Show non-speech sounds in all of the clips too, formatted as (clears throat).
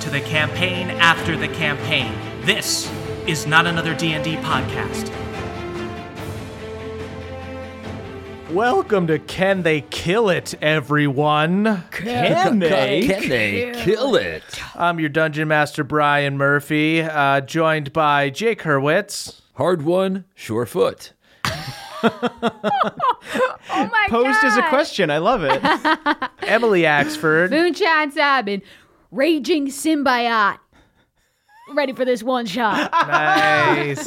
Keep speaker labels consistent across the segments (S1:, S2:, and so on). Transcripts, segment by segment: S1: to the campaign after the campaign. This is not another D&D podcast.
S2: Welcome to Can They Kill It, everyone.
S3: Can they? Can they kill it?
S2: (laughs) I'm your dungeon master, Brian Murphy, uh, joined by Jake Hurwitz,
S3: Hard one, sure foot.
S4: Oh my
S2: posed
S4: god.
S2: as a question. I love it. Emily Axford,
S4: Moonshine Simon, raging symbiote. Ready for this one shot.
S2: nice,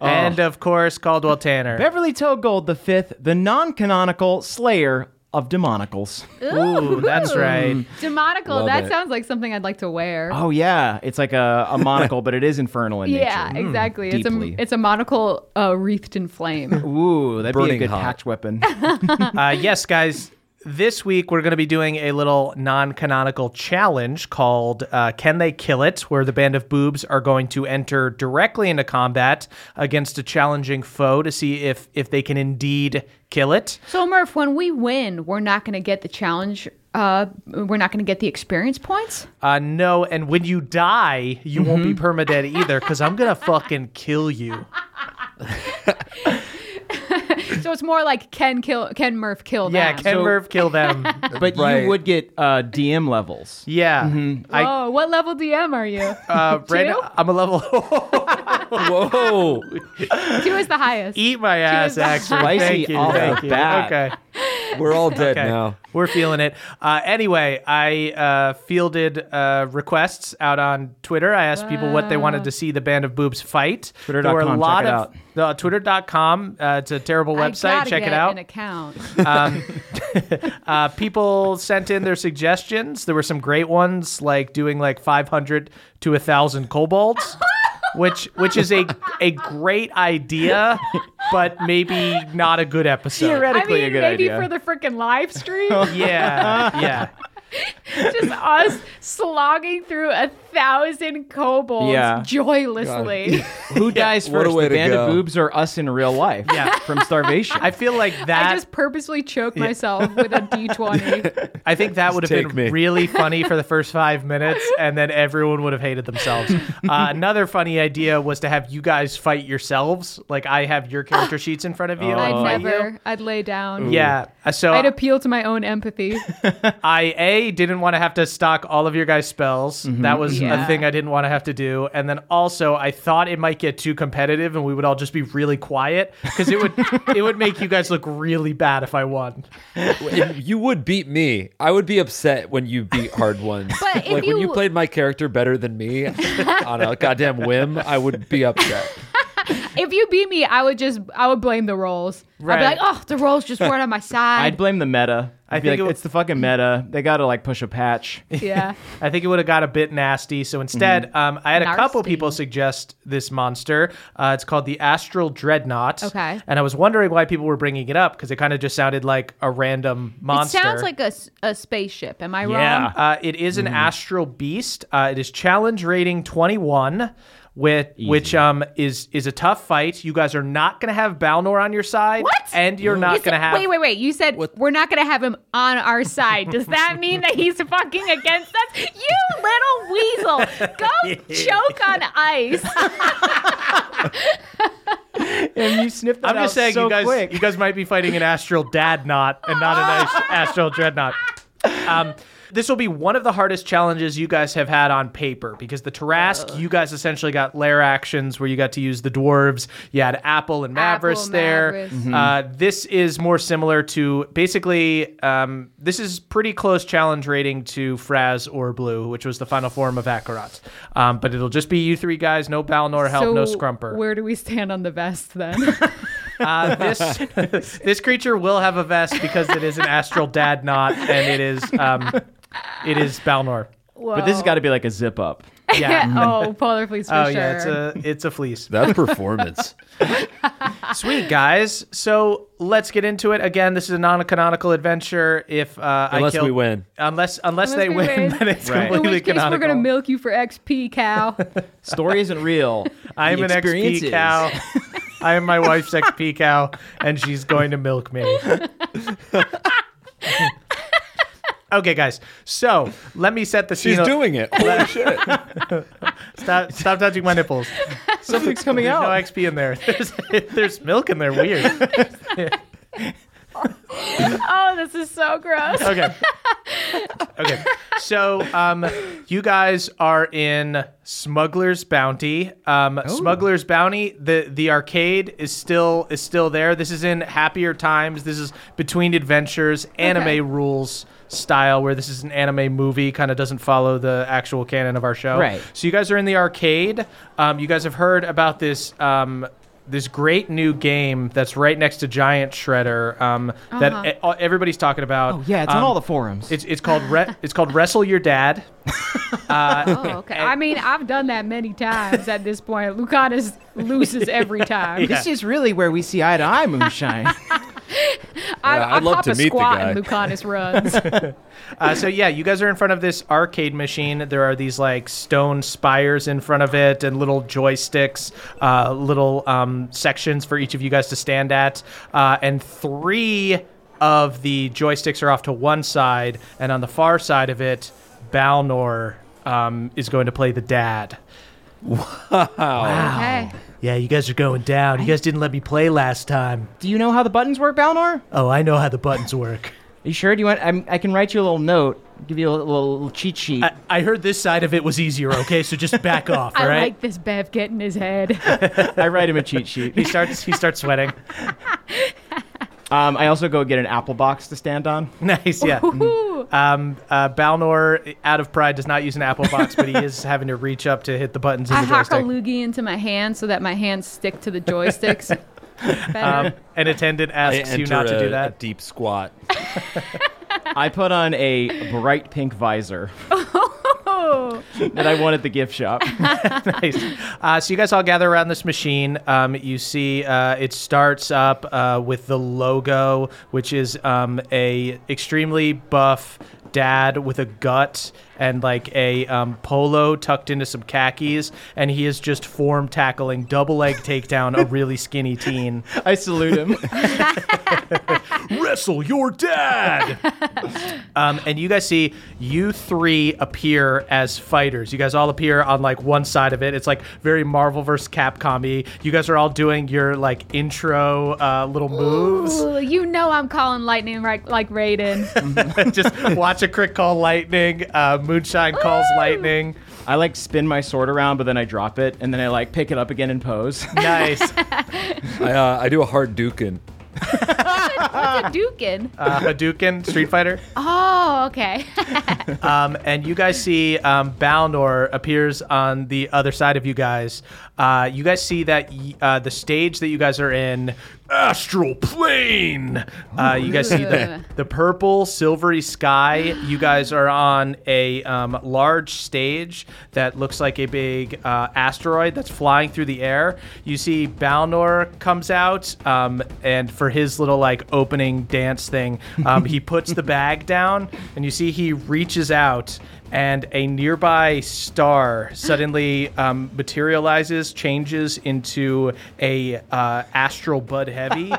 S2: and of course Caldwell Tanner.
S5: Beverly Togold the Fifth, the non-canonical Slayer of Demonicals.
S2: Ooh, that's right.
S4: Demonical. That
S3: it.
S4: sounds like something I'd like to wear.
S5: Oh yeah, it's like a, a monocle, but it is infernal in
S4: yeah,
S2: Mm,
S5: nature.
S4: exactly. It's
S5: deeply.
S4: a it's a monocle uh, wreathed in
S2: (laughs)
S4: flame.
S5: Ooh, that'd be
S3: Burning
S5: a good
S3: hot.
S5: patch weapon.
S2: Uh, yes, guys. This week we're going to be doing a little non-canonical challenge called uh, "Can They Kill It," where the band of boobs are going to enter directly into combat against a challenging foe to see if if they can indeed kill it.
S4: so Murph, when we win, we're not going to get the challenge. Uh, we're not going to get the experience points.
S2: Uh, no, and when you die, you won't
S5: Mm-hmm.
S2: be permadead either, because I'm gonna fucking kill
S5: (laughs)
S2: you.
S4: So it's more like Ken kill Ken Murph kill
S2: Yeah,
S4: them.
S2: Ken Merv, kill them.
S5: (laughs) But Mm-hmm.
S3: Right.
S5: you would get uh, DM levels.
S2: Yeah, I
S4: Oh, what level DM are you?
S2: uh, right
S4: (laughs) Two?
S2: now, I'm a level. (laughs)
S3: Whoa!
S4: Two is the highest.
S2: Eat my
S5: (laughs)
S2: ass, actually. Thank
S5: Spicy
S2: you,
S5: off
S2: thank
S5: the
S2: you.
S5: bat.
S2: Okay.
S3: (laughs) We're all dead
S2: Okay.
S3: now.
S2: We're feeling it. Uh, anyway, I uh, fielded uh, requests out on Twitter. I asked people what they wanted to see the Band of Boobs fight. There were a
S5: Twitter.com,
S2: lot
S5: check it
S2: of uh, Twitter.com. Uh, it's a terrible
S4: I
S2: website.
S4: gotta
S2: Check
S4: get
S2: it out.
S4: An account.
S2: Uh, people sent in their suggestions. There were some great ones, like doing like 500 to a thousand
S4: (laughs)
S2: kobolds, which which is a a great idea, but maybe not a good episode.
S4: I
S5: Theoretically,
S4: mean,
S5: a good
S4: maybe
S5: idea.
S4: for the freaking live
S2: (laughs)
S4: stream,
S2: Yeah, yeah.
S4: just us slogging through a thousand kobolds
S5: Yeah.
S4: joylessly.
S5: Who dies
S3: what a
S5: first,
S3: way
S5: the
S3: to
S5: band
S3: go.
S5: of boobs or us in real life?
S2: Yeah.
S5: (laughs) from starvation.
S2: I feel like
S4: (laughs) (laughs) I
S2: that.
S4: just purposely choked myself with a (laughs) d20.
S2: I think that would have
S3: take
S2: been
S3: me. (laughs)
S2: really funny for the first five minutes, and then everyone would have hated themselves. Uh,
S3: (laughs)
S2: another funny idea was to have you guys fight yourselves. Like I have
S4: (gasps)
S2: your character sheets in front of you. and I'll
S4: I'd
S2: fight
S4: never.
S2: you.
S4: I'd lay down.
S2: Yeah. Uh, So
S4: I'd appeal to my own (laughs) empathy.
S2: I a didn't want to have to stock all of your guys' spells.
S3: Mm-hmm.
S2: That was a
S4: Yeah.
S2: thing I didn't want to have to do. And then also, I thought it might get too competitive, and we would all just be really quiet because it
S3: (laughs)
S2: would it would make you guys look really bad if I won.
S3: If you would beat me. I would be upset when you beat
S4: (laughs)
S3: hard ones.
S4: But if
S3: like when you
S4: you- (laughs)
S3: played my character better than me on a goddamn whim, I would be upset.
S4: if you beat me, I would just I would blame the rolls. I'd be
S2: Right.
S4: like, oh, the rolls just weren't on my
S5: I'd
S4: side.
S5: blame the meta. I'd
S2: I
S5: be
S2: think
S5: like,
S2: it wa-
S5: it's the fucking meta. They got to like push a patch.
S4: yeah.
S2: I think it would have got a bit nasty. So instead, um, I had a couple
S4: Mm-hmm. Nasty.
S2: people suggest this monster. Uh, it's called the Astral Dreadnought.
S4: Okay.
S2: And I was wondering why people were bringing it up because it kind of just sounded like a random monster.
S4: It sounds like a, s- a spaceship. Am I wrong?
S2: Yeah. Uh, it is an astral beast. Uh, it is challenge rating 21. With, which um is is a tough fight. You guys are not gonna have Balnor on your side,
S4: What?
S2: and you're
S4: You
S2: not
S4: said-
S2: gonna have.
S4: Wait, wait, wait. You said we're not going to have him on our side. Does that mean that he's fucking against us? You little weasel.
S2: (laughs)
S4: Go choke on ice.
S5: (laughs) and you sniffed that
S2: I'm just
S5: out
S2: saying,
S5: so
S2: you guys,
S5: quick.
S2: you guys might be fighting an astral dad knot and not an ast- astral dreadnought. Um, this will be one of the hardest challenges you guys have had on paper because the Tarask, you guys essentially got lair actions where you got to use the dwarves. You had Apple and Mavris
S4: Apple,
S2: there.
S4: Mavris.
S2: Uh, this is more similar to basically, um, this is pretty close challenge rating to Fraz or Blue, which was the final form of Akarat. Um, but it'll just be you three guys, no Balnor help, no Scrumper.
S4: Where do we stand on the vest
S2: (laughs)
S4: then?
S2: Uh,
S3: (laughs)
S2: this this creature will have a vest because it is an astral dad knot, and it is um, it is Balnor.
S5: (laughs) but this has got to be like a zip up.
S2: Yeah.
S4: (laughs) oh, polar fleece for
S2: Oh
S4: sure.
S2: yeah, it's a it's a fleece.
S3: That's performance.
S2: Sweet guys. So let's get into it again. This is a non-canonical adventure. If uh,
S3: Unless
S2: I kill,
S3: we win.
S2: unless unless, they
S4: we
S2: win,
S4: win.
S2: then it's
S5: Right.
S4: in
S2: completely
S4: which case,
S2: canonical.
S4: we're gonna milk you for XP,
S2: (laughs)
S4: cow.
S5: Story isn't (laughs) real.
S2: I'm
S5: The
S2: an
S5: experience
S2: XP
S5: is.
S3: (laughs)
S2: cow. I am my wife's XP cow, and she's going to milk
S3: (laughs)
S2: me. okay, guys. So let me set the scene.
S3: (laughs) She's
S2: a-
S3: doing it. Holy shit.
S2: Stop, stop touching my nipples.
S5: Something's coming
S2: There's no
S5: out.
S2: XP in there. (laughs) There's, there's milk in there. Weird.
S4: oh, this is so gross.
S2: (laughs) Okay. Okay. So, um, you guys are in Smuggler's Bounty. Um,
S5: Oh.
S2: Smuggler's Bounty. The the arcade is still is still there. This is in happier times. This is between adventures, anime
S4: Okay.
S2: rules style, where this is an anime movie, kind of doesn't follow the actual canon of our show.
S5: Right.
S2: So you guys are in the arcade. Um, you guys have heard about this um, this great new game that's right next to Giant Shredder um, that e- all- everybody's talking about.
S5: Uh-huh.
S2: Um,
S5: Oh, yeah, it's on all the forums.
S2: It's it's called re- it's called Wrestle Your Dad.
S4: Oh, okay. I mean, I've done that many times at this point. Lucanus
S2: (laughs)
S4: loses every time.
S5: This is really where we see eye to eye, moonshine.
S4: I,
S3: Yeah,
S4: I
S3: I'd love
S4: pop
S3: to
S4: a
S3: meet the
S4: squat
S3: guy.
S4: and
S2: (laughs)
S4: Lucanus runs.
S2: Uh, so yeah, you guys are in front of this arcade machine. There are these like stone spires in front of it, and little joysticks, uh, little um, sections for each of you guys to stand at, uh, and three of the joysticks are off to one side, and on the far side of it, Balnor um, is going to play the dad.
S4: Okay.
S2: Yeah, you guys are going down. You guys didn't let me play last time.
S5: (laughs) Do you know how the buttons work, Balnor? Are
S2: Oh, I know how the buttons work.
S5: you sure? Do you want? I'm, I can write you a little note, give you a little, little cheat sheet.
S2: I, I heard this side of it was easier, okay? So just
S4: (laughs)
S2: back off, all
S4: I
S2: right?
S4: like this Bev getting
S2: (laughs)
S4: his head.
S5: I write him a cheat (laughs) sheet.
S2: he starts he starts
S4: (laughs)
S2: sweating.
S5: Um, I also go get an apple box to stand (laughs) on.
S2: nice, yeah.
S4: Ooh.
S2: Um, uh, Balnor, out of pride, does not use an apple box, but he
S4: (laughs)
S2: is having to reach up to hit the buttons in
S4: I
S2: the
S4: hock a
S2: joystick.
S4: loogie into my hand so that my hands stick to the joysticks.
S2: (laughs)
S4: Better.
S2: Um, an attendant
S3: I
S2: asks you
S3: enter
S2: not to
S3: a-
S2: do
S3: A
S2: that.
S3: deep squat.
S5: I put on a bright pink visor (laughs)
S4: oh,
S5: that I won at the gift (laughs) shop.
S2: nice. Uh, so you guys all gather around this machine. Um, you see uh, it starts up uh, with the logo, which is um, a extremely buff dad with a gut and like a um, polo tucked into some khakis, and he is just form tackling, double leg takedown, a really skinny teen.
S5: I salute him.
S2: wrestle your dad. (laughs) um, and you guys see you three appear as fighters. You guys all appear on like one side of it. It's like very Marvel vs. Capcom. -y. You guys are all doing your like intro uh, little moves.
S4: (laughs) Ooh, you know I'm calling lightning right like
S2: (laughs)
S4: Raiden.
S2: Just watch a crick call lightning. Uh, Moonshine calls lightning.
S5: I like spin my sword around, but then I drop it, and then I like pick it up again and pose.
S2: Nice.
S3: I, uh, I do a hard dukin.
S4: Hadouken.
S2: (laughs) uh, Hadouken, Street Fighter.
S4: oh, okay. (laughs)
S2: Um, and you guys see um, Balnor appears on the other side of you guys. Uh, you guys see that y- uh, the stage that you guys are in, astral plane. Uh, you guys see the, the purple, silvery sky. You guys are on a um, large stage that looks like a big uh, asteroid that's flying through the air. You see Balnor comes out, um, and for his little like opening dance thing, um, he puts the bag down, and you see he reaches out, and a nearby star suddenly um, materializes, changes into a uh, astral Bud Heavy,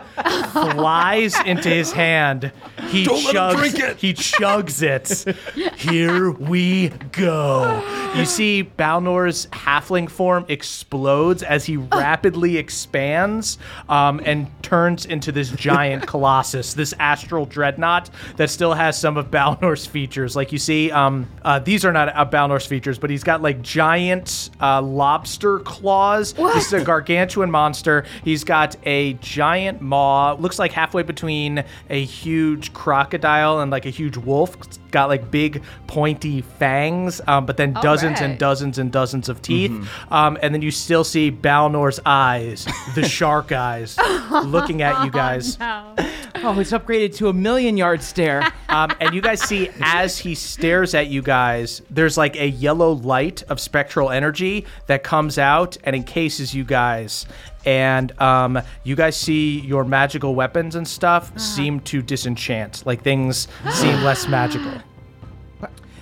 S2: flies into his hand. He
S3: Don't let
S2: chugs
S3: him drink it.
S2: he chugs it. Here we go. You see Balnor's halfling form explodes as he rapidly expands um, and turns into this giant colossus, this astral dreadnought that still has some of Balnor's features. Like you see, um, uh, these are not uh, Balnor's features, but he's got like giant uh, lobster claws. This is a gargantuan monster. He's got a giant maw, looks like halfway between a huge crocodile and like a huge wolf. It's got like big pointy fangs, um, but then
S4: All
S2: dozens and
S4: right.
S2: dozens and dozens of teeth. Um, and then you still see Balnor's eyes,
S4: (laughs)
S2: the shark eyes, looking at you guys.
S4: No.
S5: (laughs) Oh, it's upgraded to a million yard (laughs) stare.
S2: Um, and you guys see as he stares at you guys, there's like a yellow light of spectral energy that comes out and encases you guys. And um, you guys see your magical weapons and stuff seem to disenchant. Like things seem less magical.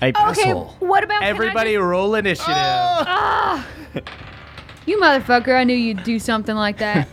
S5: I
S4: Okay, what about can I
S2: Everybody roll initiative.
S4: just- you motherfucker! I knew you'd do something
S2: (laughs)
S4: like that.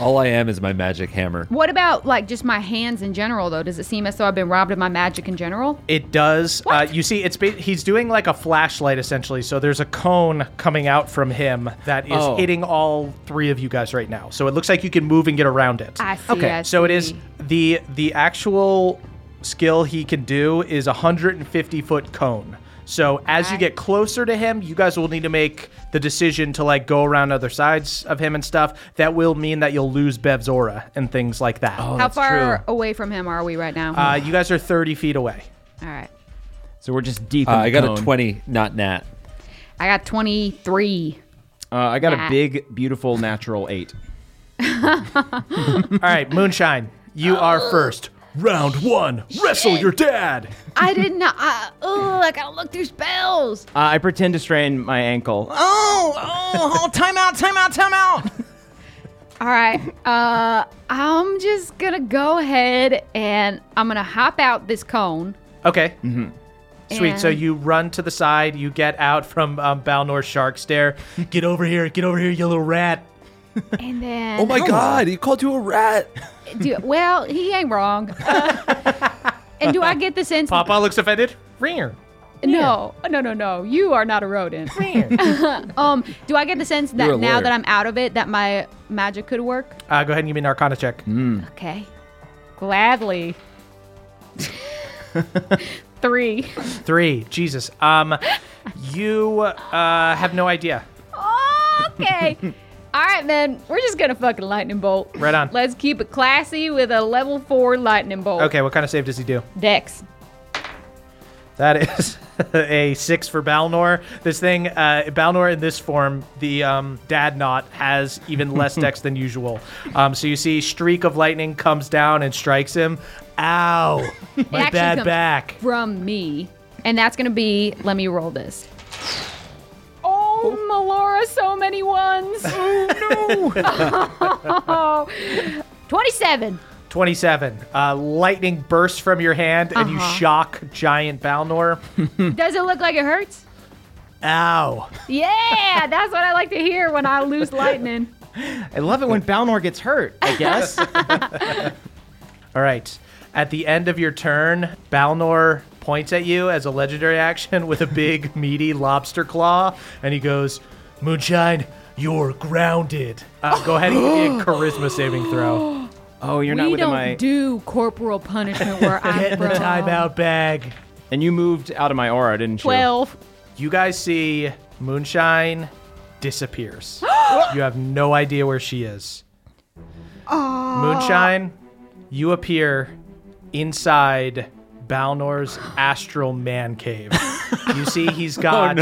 S3: All I am is my magic hammer.
S4: what about like just my hands in general though? Does it seem as though I've been robbed of my magic in general?
S2: It does. Uh, you see, it's ba- he's doing like a flashlight essentially. So there's a cone coming out from him that is
S5: Oh.
S2: hitting all three of you guys right now. So it looks like you can move and get around it.
S4: I see.
S5: Okay,
S4: I
S2: So it is
S4: see.
S2: the the actual skill he can do is a 150 foot cone. So as you
S4: Okay.
S2: get closer to him, you guys will need to make the decision to like go around other sides of him and stuff. That will mean that you'll lose Bev's aura and things like that.
S4: How far away from him are we right now?
S2: Uh, you guys are 30 feet away.
S4: All right,
S5: So we're just deep.
S3: Uh,
S5: in the
S3: I got
S5: cone.
S3: a 20, not nat.
S4: I got twenty
S2: (laughs)
S4: three.
S5: Uh, I got
S4: Yeah.
S5: a big, beautiful natural eight.
S2: All right, Moonshine, you are first. Round one, wrestle your dad.
S4: I did not. I, ugh, I gotta look through spells.
S5: Uh, I pretend to strain my ankle. Oh, oh, oh, time out, time out, time out.
S4: All right. Uh, I'm just gonna go ahead and I'm gonna hop out this cone.
S2: Okay. Sweet. So
S4: And-
S2: you run to the side. You get out from um, Balnor's shark stare. Get over here. Get over here, you little rat.
S4: And then,
S3: Oh my god, he called you a rat.
S4: do, well, he ain't wrong.
S3: (laughs)
S4: Uh, and do I get the sense?
S2: Papa looks offended. Ringer.
S4: No, no, no, no. You are not a rodent. (laughs) um, do I get the sense
S3: You're a
S4: that now
S3: lawyer.
S4: that I'm out of it, that my magic could work?
S2: Uh, go ahead and give me an Arcana check.
S3: Uh.
S4: Okay,
S3: (laughs)
S4: gladly. Three.
S2: Three. Jesus. Um, you uh, have no idea.
S4: Okay. All right, man. We're just gonna fucking lightning bolt.
S2: Right on.
S4: Let's keep it classy with a level four lightning bolt.
S2: Okay. What kind of save does he do?
S4: Dex.
S2: That is (laughs) a six for Balnor. This thing, uh, Balnor in this form, the um, dad knot has even
S4: (laughs)
S2: less dex than usual. Um, so you see, streak of lightning comes down and strikes him.
S4: (laughs)
S2: Ow! My
S4: actually
S2: bad
S4: comes-
S2: back.
S4: From me. And that's gonna be. Let me roll this. Oh, Melora, so many ones. Oh no. (laughs) Twenty-seven.
S2: 27. Uh, lightning bursts from your hand and you
S4: Uh-huh.
S2: shock giant Balnor.
S4: Does it look like it hurts?
S2: Ow.
S4: Yeah, that's what I like to hear when I lose lightning.
S5: I love it when Balnor gets hurt. I (laughs) guess.
S2: All right. At the end of your turn, Balnor points at you as a legendary action with a (laughs) big, meaty lobster claw, and he goes, Moonshine, you're grounded. Uh, go ahead and give (gasps) me a charisma saving throw.
S5: oh, you're not
S4: we
S5: within
S4: don't
S5: my.
S4: do corporal punishment where
S2: Get
S4: I'm
S2: in the
S4: from.
S2: timeout bag.
S5: and you moved out of my aura, didn't you?
S4: Twelve.
S2: You guys see Moonshine disappears.
S4: (gasps)
S2: you have no idea where she is. Moonshine, you appear inside Balnor's astral man cave. You see,
S3: (laughs) Oh,
S2: he's got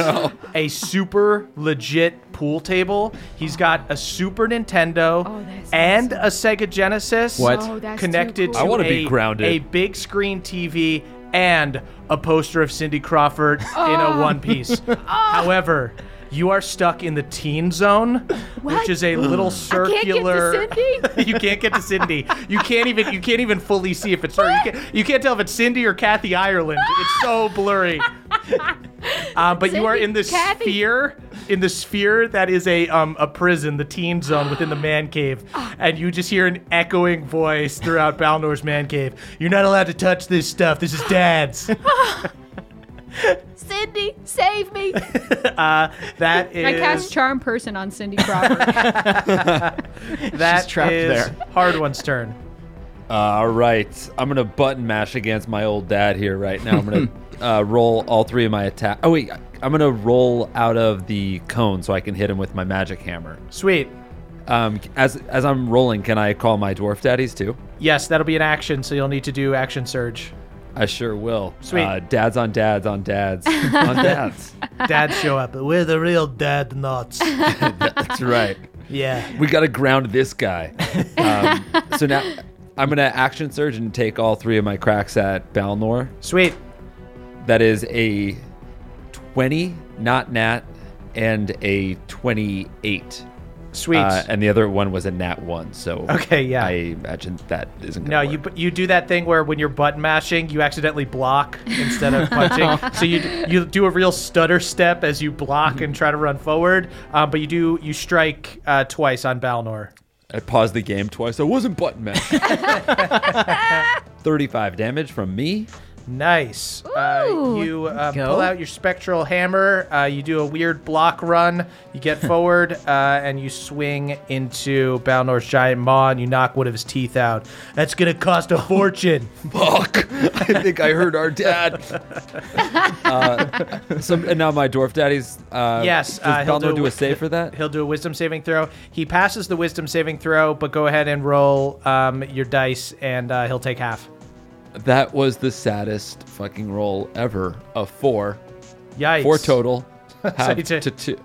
S2: a super legit pool table. He's got a Super Nintendo
S4: Oh, that sounds-
S2: and a Sega Genesis
S5: What?
S4: Oh, that's too
S2: connected
S4: cool.
S3: I
S2: to
S3: wanna
S2: a,
S3: be grounded.
S2: a big screen TV and a poster of Cindy Crawford in a
S4: Ah.
S2: one piece.
S4: (laughs)
S2: However, you are stuck in the teen zone, which
S4: What?
S2: is a little
S4: I can't get
S2: circular.
S4: to Cindy.
S2: (laughs) you can't get to Cindy. You can't even you can't even fully see if it's her. You can't, you can't tell if it's Cindy or Kathy Ireland. It's so
S4: (laughs)
S2: blurry. Uh, but you are
S4: Cindy,
S2: in this
S4: Kathy.
S2: sphere, in the sphere that is a um a prison, the teen zone within the man
S4: (gasps)
S2: cave,
S4: Ah.
S2: and you just hear an echoing voice throughout Balnor's man cave. You're not allowed to touch this stuff. This is
S4: (laughs)
S2: dad's.
S4: Cindy, save me.
S2: That is
S4: I cast Charm Person on Cindy Crawford.
S2: that
S5: She's trapped
S2: is
S5: there.
S2: Hard one's turn.
S3: Uh, All right. I'm going to button mash against my old dad here right now. I'm (laughs) going to uh, roll all three of my attack. Oh, wait. I'm going to roll out of the cone so I can hit him with my magic hammer.
S2: Sweet.
S3: Um, as, as I'm rolling, can I call my dwarf daddies too?
S2: Yes, that'll be an action, so you'll need to do action surge.
S3: I sure will.
S2: Sweet.
S3: Uh, dads on dads
S2: (laughs)
S3: on dads on dads.
S2: Dads show up. We're the real dad nuts.
S3: That's right.
S2: Yeah.
S3: We got to ground
S2: (laughs)
S3: this guy. Um, so now I'm going to action surge and take all three of my cracks at Balnor.
S2: Sweet.
S3: That is a 20, not nat, and a 28.
S2: Sweet.
S3: Uh, and the other one was a nat 1. So
S2: Okay, yeah.
S3: I imagine that isn't
S2: no,
S3: going
S2: you you do that thing where when you're button mashing, you accidentally block instead
S3: (laughs)
S2: of
S3: Oh.
S2: punching. so you you do a real stutter step as you block and try to run forward. Um, but you do you strike uh, twice on Balnor.
S3: I paused the game twice. I wasn't button mashed. 35 damage from me.
S2: Nice. Uh,
S4: Ooh.
S2: you uh,
S5: Go.
S2: pull out your spectral hammer. Uh, you do a weird block run. You get forward uh, and you swing into Balnor's giant maw and you knock one of his teeth out. That's gonna cost a fortune.
S3: Fuck! I think I heard our dad. uh, so, and now my dwarf daddy's. Uh,
S2: Yes,
S3: does
S2: uh, he'll
S3: Balnor
S2: do
S3: do,
S2: a wi-
S3: a save for that?
S2: He'll do a wisdom saving throw. He passes the wisdom saving throw, but go ahead and roll um, your dice, and uh, he'll take half.
S3: That was the saddest fucking roll ever. A four,
S2: Yikes!
S3: four total. Half
S2: you did-
S3: to two.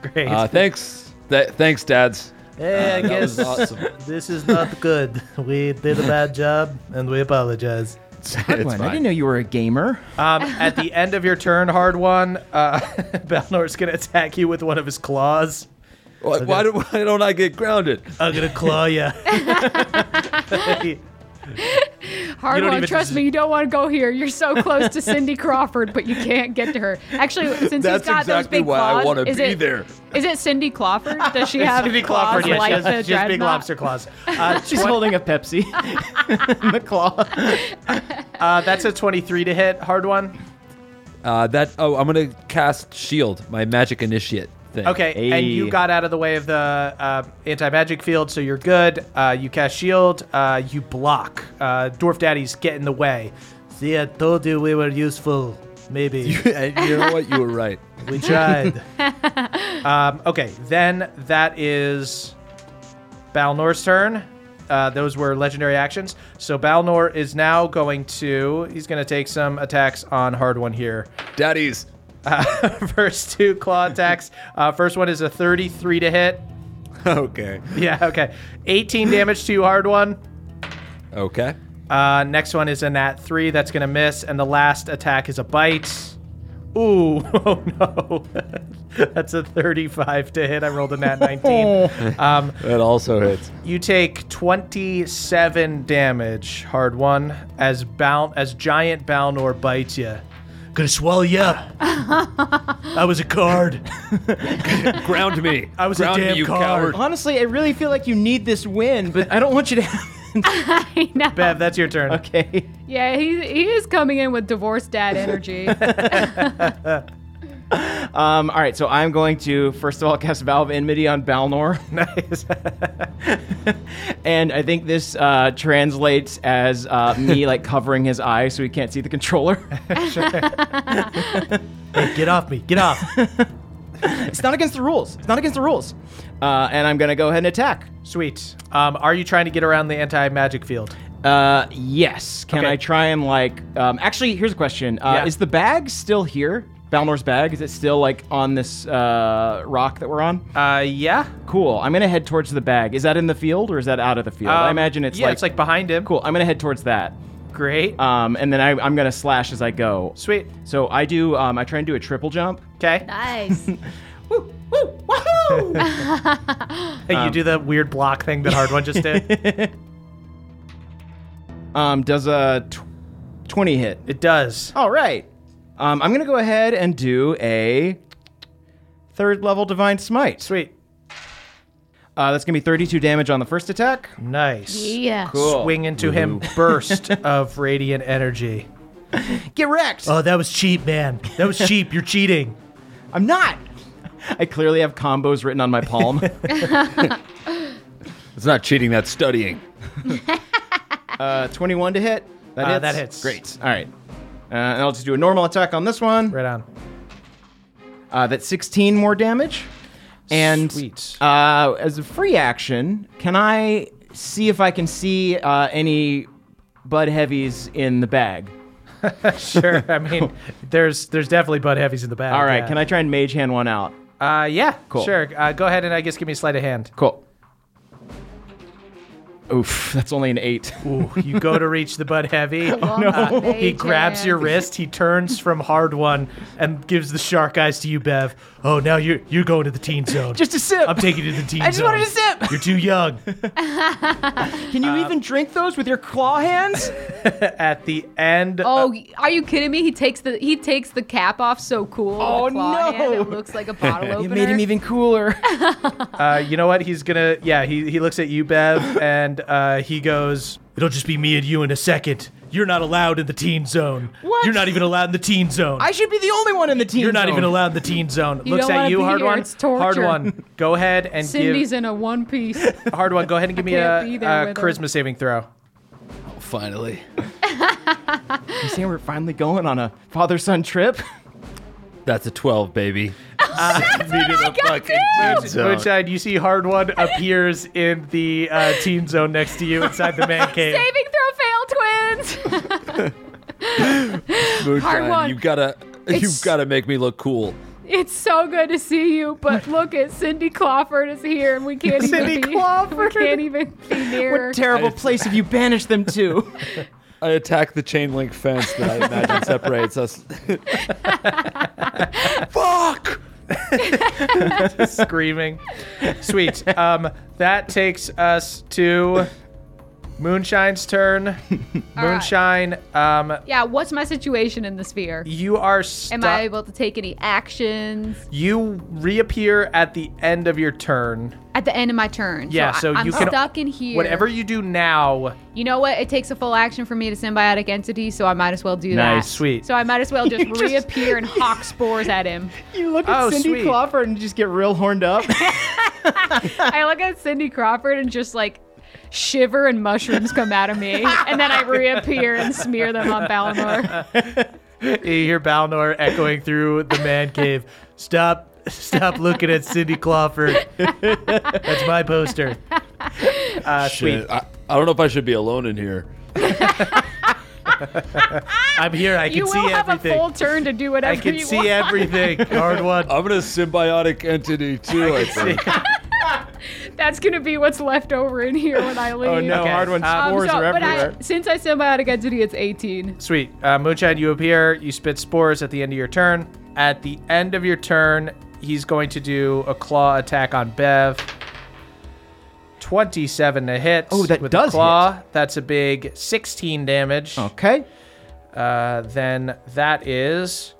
S2: (laughs) Great.
S3: Uh, thanks, Th- thanks, dads.
S2: (laughs) hey, I
S3: That was awesome.
S2: this is not good. (laughs) We did a bad job, and we apologize.
S3: It's,
S5: Good one. I didn't know you were a gamer.
S2: Um, at the end of your turn, hard one, uh, (laughs) Balnor's gonna attack you with one of his claws.
S3: Why, why, do, why don't I get grounded?
S2: I'm gonna claw (laughs) you. You
S4: Hard
S2: don't
S4: one.
S2: even
S4: Trust
S2: des-
S4: me, you don't want to go here. You're so close to Cindy Crawford, but you can't get to her. Actually, since
S3: That's
S4: he's got those
S3: exactly
S4: big
S3: why I
S4: claws,
S3: wanna
S4: is
S3: be
S4: it-
S3: there.
S4: Is it Cindy Crawford? Does she have
S2: Cindy
S4: claws
S2: Crawford, yes,
S4: like
S2: she has,
S4: the
S2: she has big
S4: dreadnought?
S2: lobster claws. Uh,
S5: (laughs) She's holding a Pepsi in the claw.
S2: uh, that's a 23 to hit, hard one.
S3: Uh, that oh, I'm gonna cast shield, my magic initiate thing.
S2: Okay, and you
S5: Hey.
S2: got out of the way of the uh, anti magic field, so you're good. Uh, you cast shield. Uh, you block. Uh, Dwarf Daddies get in the way. See, I told you we were useful. Maybe
S3: (laughs) And you know what? You were right.
S2: we tried. um, okay, then that is Balnor's turn. Uh, those were legendary actions. So Balnor is now going to. He's going to take some attacks on hard one here. (laughs)
S3: Daddies, (laughs)
S2: First two claw attacks. Uh, first one is a 33 to hit. (laughs)
S3: okay,
S2: Yeah, okay. 18 damage to you, hard one.
S3: okay.
S2: Uh, next one is a nat 3. That's going to miss. And the last attack is a bite. Ooh, (laughs) oh no. (laughs) that's a 35 to hit. I rolled a nat 19.
S3: That also hits.
S2: you take 27 damage, hard one, as Bal- as giant Balnor bites you. Gonna swallow you (laughs) up. I was a card.
S3: Ground me.
S2: (laughs) I was a
S3: Ground me,
S2: damn
S3: you
S2: coward.
S3: coward.
S5: Honestly, I really feel like you need this win, but I don't want you to have
S4: (laughs) I know.
S2: Bev, that's your turn.
S5: Okay.
S4: Yeah, he, he is coming in with divorced dad energy.
S5: Um, all right, so I'm going to, first of all, cast Valve Enmity on Balnor. (laughs)
S2: Nice.
S5: And I think this uh, translates as uh, me like covering his eyes so he can't see the controller.
S2: Get off me. Get off. (laughs)
S5: it's not against the rules. It's not against the rules. Uh, and I'm going to go ahead and attack.
S2: Sweet. Um, are you trying to get around the anti magic field?
S5: Uh, yes. Can
S2: Okay.
S5: I try and like? Um, actually, here's a question. Uh,
S2: Yeah.
S5: Is the bag still here? Balnor's bag is it still like on this uh, rock that we're on?
S2: Uh, yeah.
S5: Cool. I'm gonna head towards the bag. Is that in the field or is that out of the field? I
S2: Um,
S5: imagine it's
S2: yeah,
S5: like
S2: it's like behind him.
S5: cool. I'm gonna head towards that.
S2: Great.
S5: Um, and then I, I'm gonna slash as I go.
S2: Sweet.
S5: So I do. Um, I try and do a triple jump.
S2: Okay.
S4: Nice.
S5: Woo, woo, wahoo!
S2: Hey, you do the weird block thing that Hard One just
S5: (laughs)
S2: did.
S5: um, does a tw- 20 hit?
S2: it does.
S5: All right. Um, I'm gonna go ahead and do a third level divine smite.
S2: Sweet.
S5: Uh, that's gonna be 32 damage on the first attack.
S2: Nice.
S4: (laughs) yeah.
S5: Cool.
S2: Swing into him, burst of radiant energy.
S5: Get wrecked.
S2: Oh, that was cheap, man. That was cheap. You're cheating.
S5: I'm not. (laughs) I clearly have combos written on
S2: (laughs)
S5: my palm.
S3: It's not cheating, that's studying.
S5: uh, 21 to hit. That
S2: Uh,
S5: hits.
S2: that hits.
S5: Great. All right. Uh, and I'll just do a normal attack on this one.
S2: (laughs) Right on.
S5: Uh, that's 16 more damage. And
S2: Sweet.
S5: Uh, as a free action, can I see if I can see uh, any Bud Heavies in the bag?
S2: (laughs) Sure. I mean,
S5: (laughs)
S2: there's there's definitely butt heavies in the back.
S5: All right, can I try and mage hand one out?
S2: I? Uh, yeah.
S5: Cool.
S2: Sure. Uh, go ahead and I guess give me a sleight of hand.
S5: Cool. Oof, that's only an eight.
S2: Ooh, you go to reach the butt (laughs) heavy. Oh,
S4: no.
S2: Uh, he grabs your wrist. He turns from hard one and gives the shark eyes to you, Bev. Oh, now you're you're going to the (laughs) teen zone.
S5: (laughs) Just a sip.
S2: I'm taking you to the teen zone.
S5: I just wanted a sip.
S2: You're too young.
S5: Can you even drink those with your claw (laughs) hands?
S2: At the end.
S4: Oh, are you kidding me? He takes the he takes the cap off so cool. with
S5: Oh,
S4: the claw hand.
S5: no.
S4: It looks like a bottle opener.
S5: It made him even cooler.
S2: Uh, you know what? He's gonna. Yeah, he, he looks at you, Bev, and uh, he goes, "It'll just be me and you in a second. You're not allowed in the teen zone.
S5: What?
S2: You're not even allowed in the teen zone.
S5: (laughs) I should be the only one in the team.
S2: You're not
S5: zone.
S2: even allowed in the teen zone."
S4: You
S2: looks
S4: don't
S2: at
S4: wanna
S2: you,
S4: be
S2: hard
S4: here.
S2: one.
S4: It's torture.
S2: Hard one. Go ahead and
S4: Cindy's
S2: give
S4: in a one piece.
S2: hard one. Go ahead
S4: (laughs)
S2: and give me a,
S4: can't be there
S2: a
S4: with him.
S2: charisma saving throw.
S3: Finally.
S5: (laughs) You saying we're finally going on a father son trip?
S3: That's a 12, baby.
S4: That's what I got too.
S2: Moonshine, you see hard one appears in the uh, teen zone next to you inside the
S4: (laughs)
S2: man cave.
S4: Saving throw fail, twins. (laughs) Hard one.
S3: You gotta, (laughs) you
S4: It's-
S3: gotta make me look cool.
S4: it's so good to see you, but look at Cindy Crawford is here, and we can't
S2: Cindy
S4: even be,
S2: Crawford.
S4: We can't even be near. her.
S5: What terrible place have you banished them to?
S3: I attack the chain link fence that I imagine
S4: (laughs)
S3: separates us. Fuck!
S2: screaming. Sweet. Um, that takes us to Moonshine's
S4: (laughs)
S2: turn. Moonshine, um,
S4: yeah, what's my situation in the sphere?
S2: you are stuck.
S4: Am I able to take any actions
S2: you reappear at the end of your turn.
S4: at the end of my turn?
S2: Yeah,
S4: I-
S2: so
S4: I'm
S2: you can-
S4: stuck in here.
S2: Whatever you do now,
S4: You know what? It takes a full action for me to symbiotic entity, so I might as well do that.
S2: Nice, sweet.
S4: So I might as
S2: (laughs)
S4: well just, reappear and hawk spores at him.
S5: (laughs) you look
S2: at Oh, Cindy sweet.
S5: Crawford and just get real horned up.
S4: I look at Cindy Crawford and just like shiver and mushrooms come out of me, and then I reappear and smear them on Balinor.
S2: you hear Balnor echoing through the man cave. Stop. Stop looking at Cindy Crawford. That's my poster. Uh, sweet.
S3: Shit, I, I don't know if I should be alone in here.
S2: I'm here. (laughs) I can
S4: You
S2: see
S4: will have
S2: everything.
S4: a full turn to do whatever
S2: I can
S4: you
S2: see
S4: want.
S2: everything. Hard one.
S3: I'm in a symbiotic entity too. I, think.
S4: That's gonna be what's left over in here when I leave.
S5: oh no,
S2: Okay.
S5: hard one.
S2: Um,
S5: Spores
S4: so-
S5: are
S4: but
S5: everywhere.
S4: I, since I symbiotic entity,
S2: (laughs)
S4: it's 18.
S2: Sweet. Uh, Moonshine, you appear. You spit spores at the end of your turn. At the end of your turn, he's going to do a claw attack on Bev. 27 to hit.
S5: Oh, that
S2: with
S5: does
S2: the claw. That's a big 16 damage.
S5: (laughs) Okay.
S2: Uh, then that is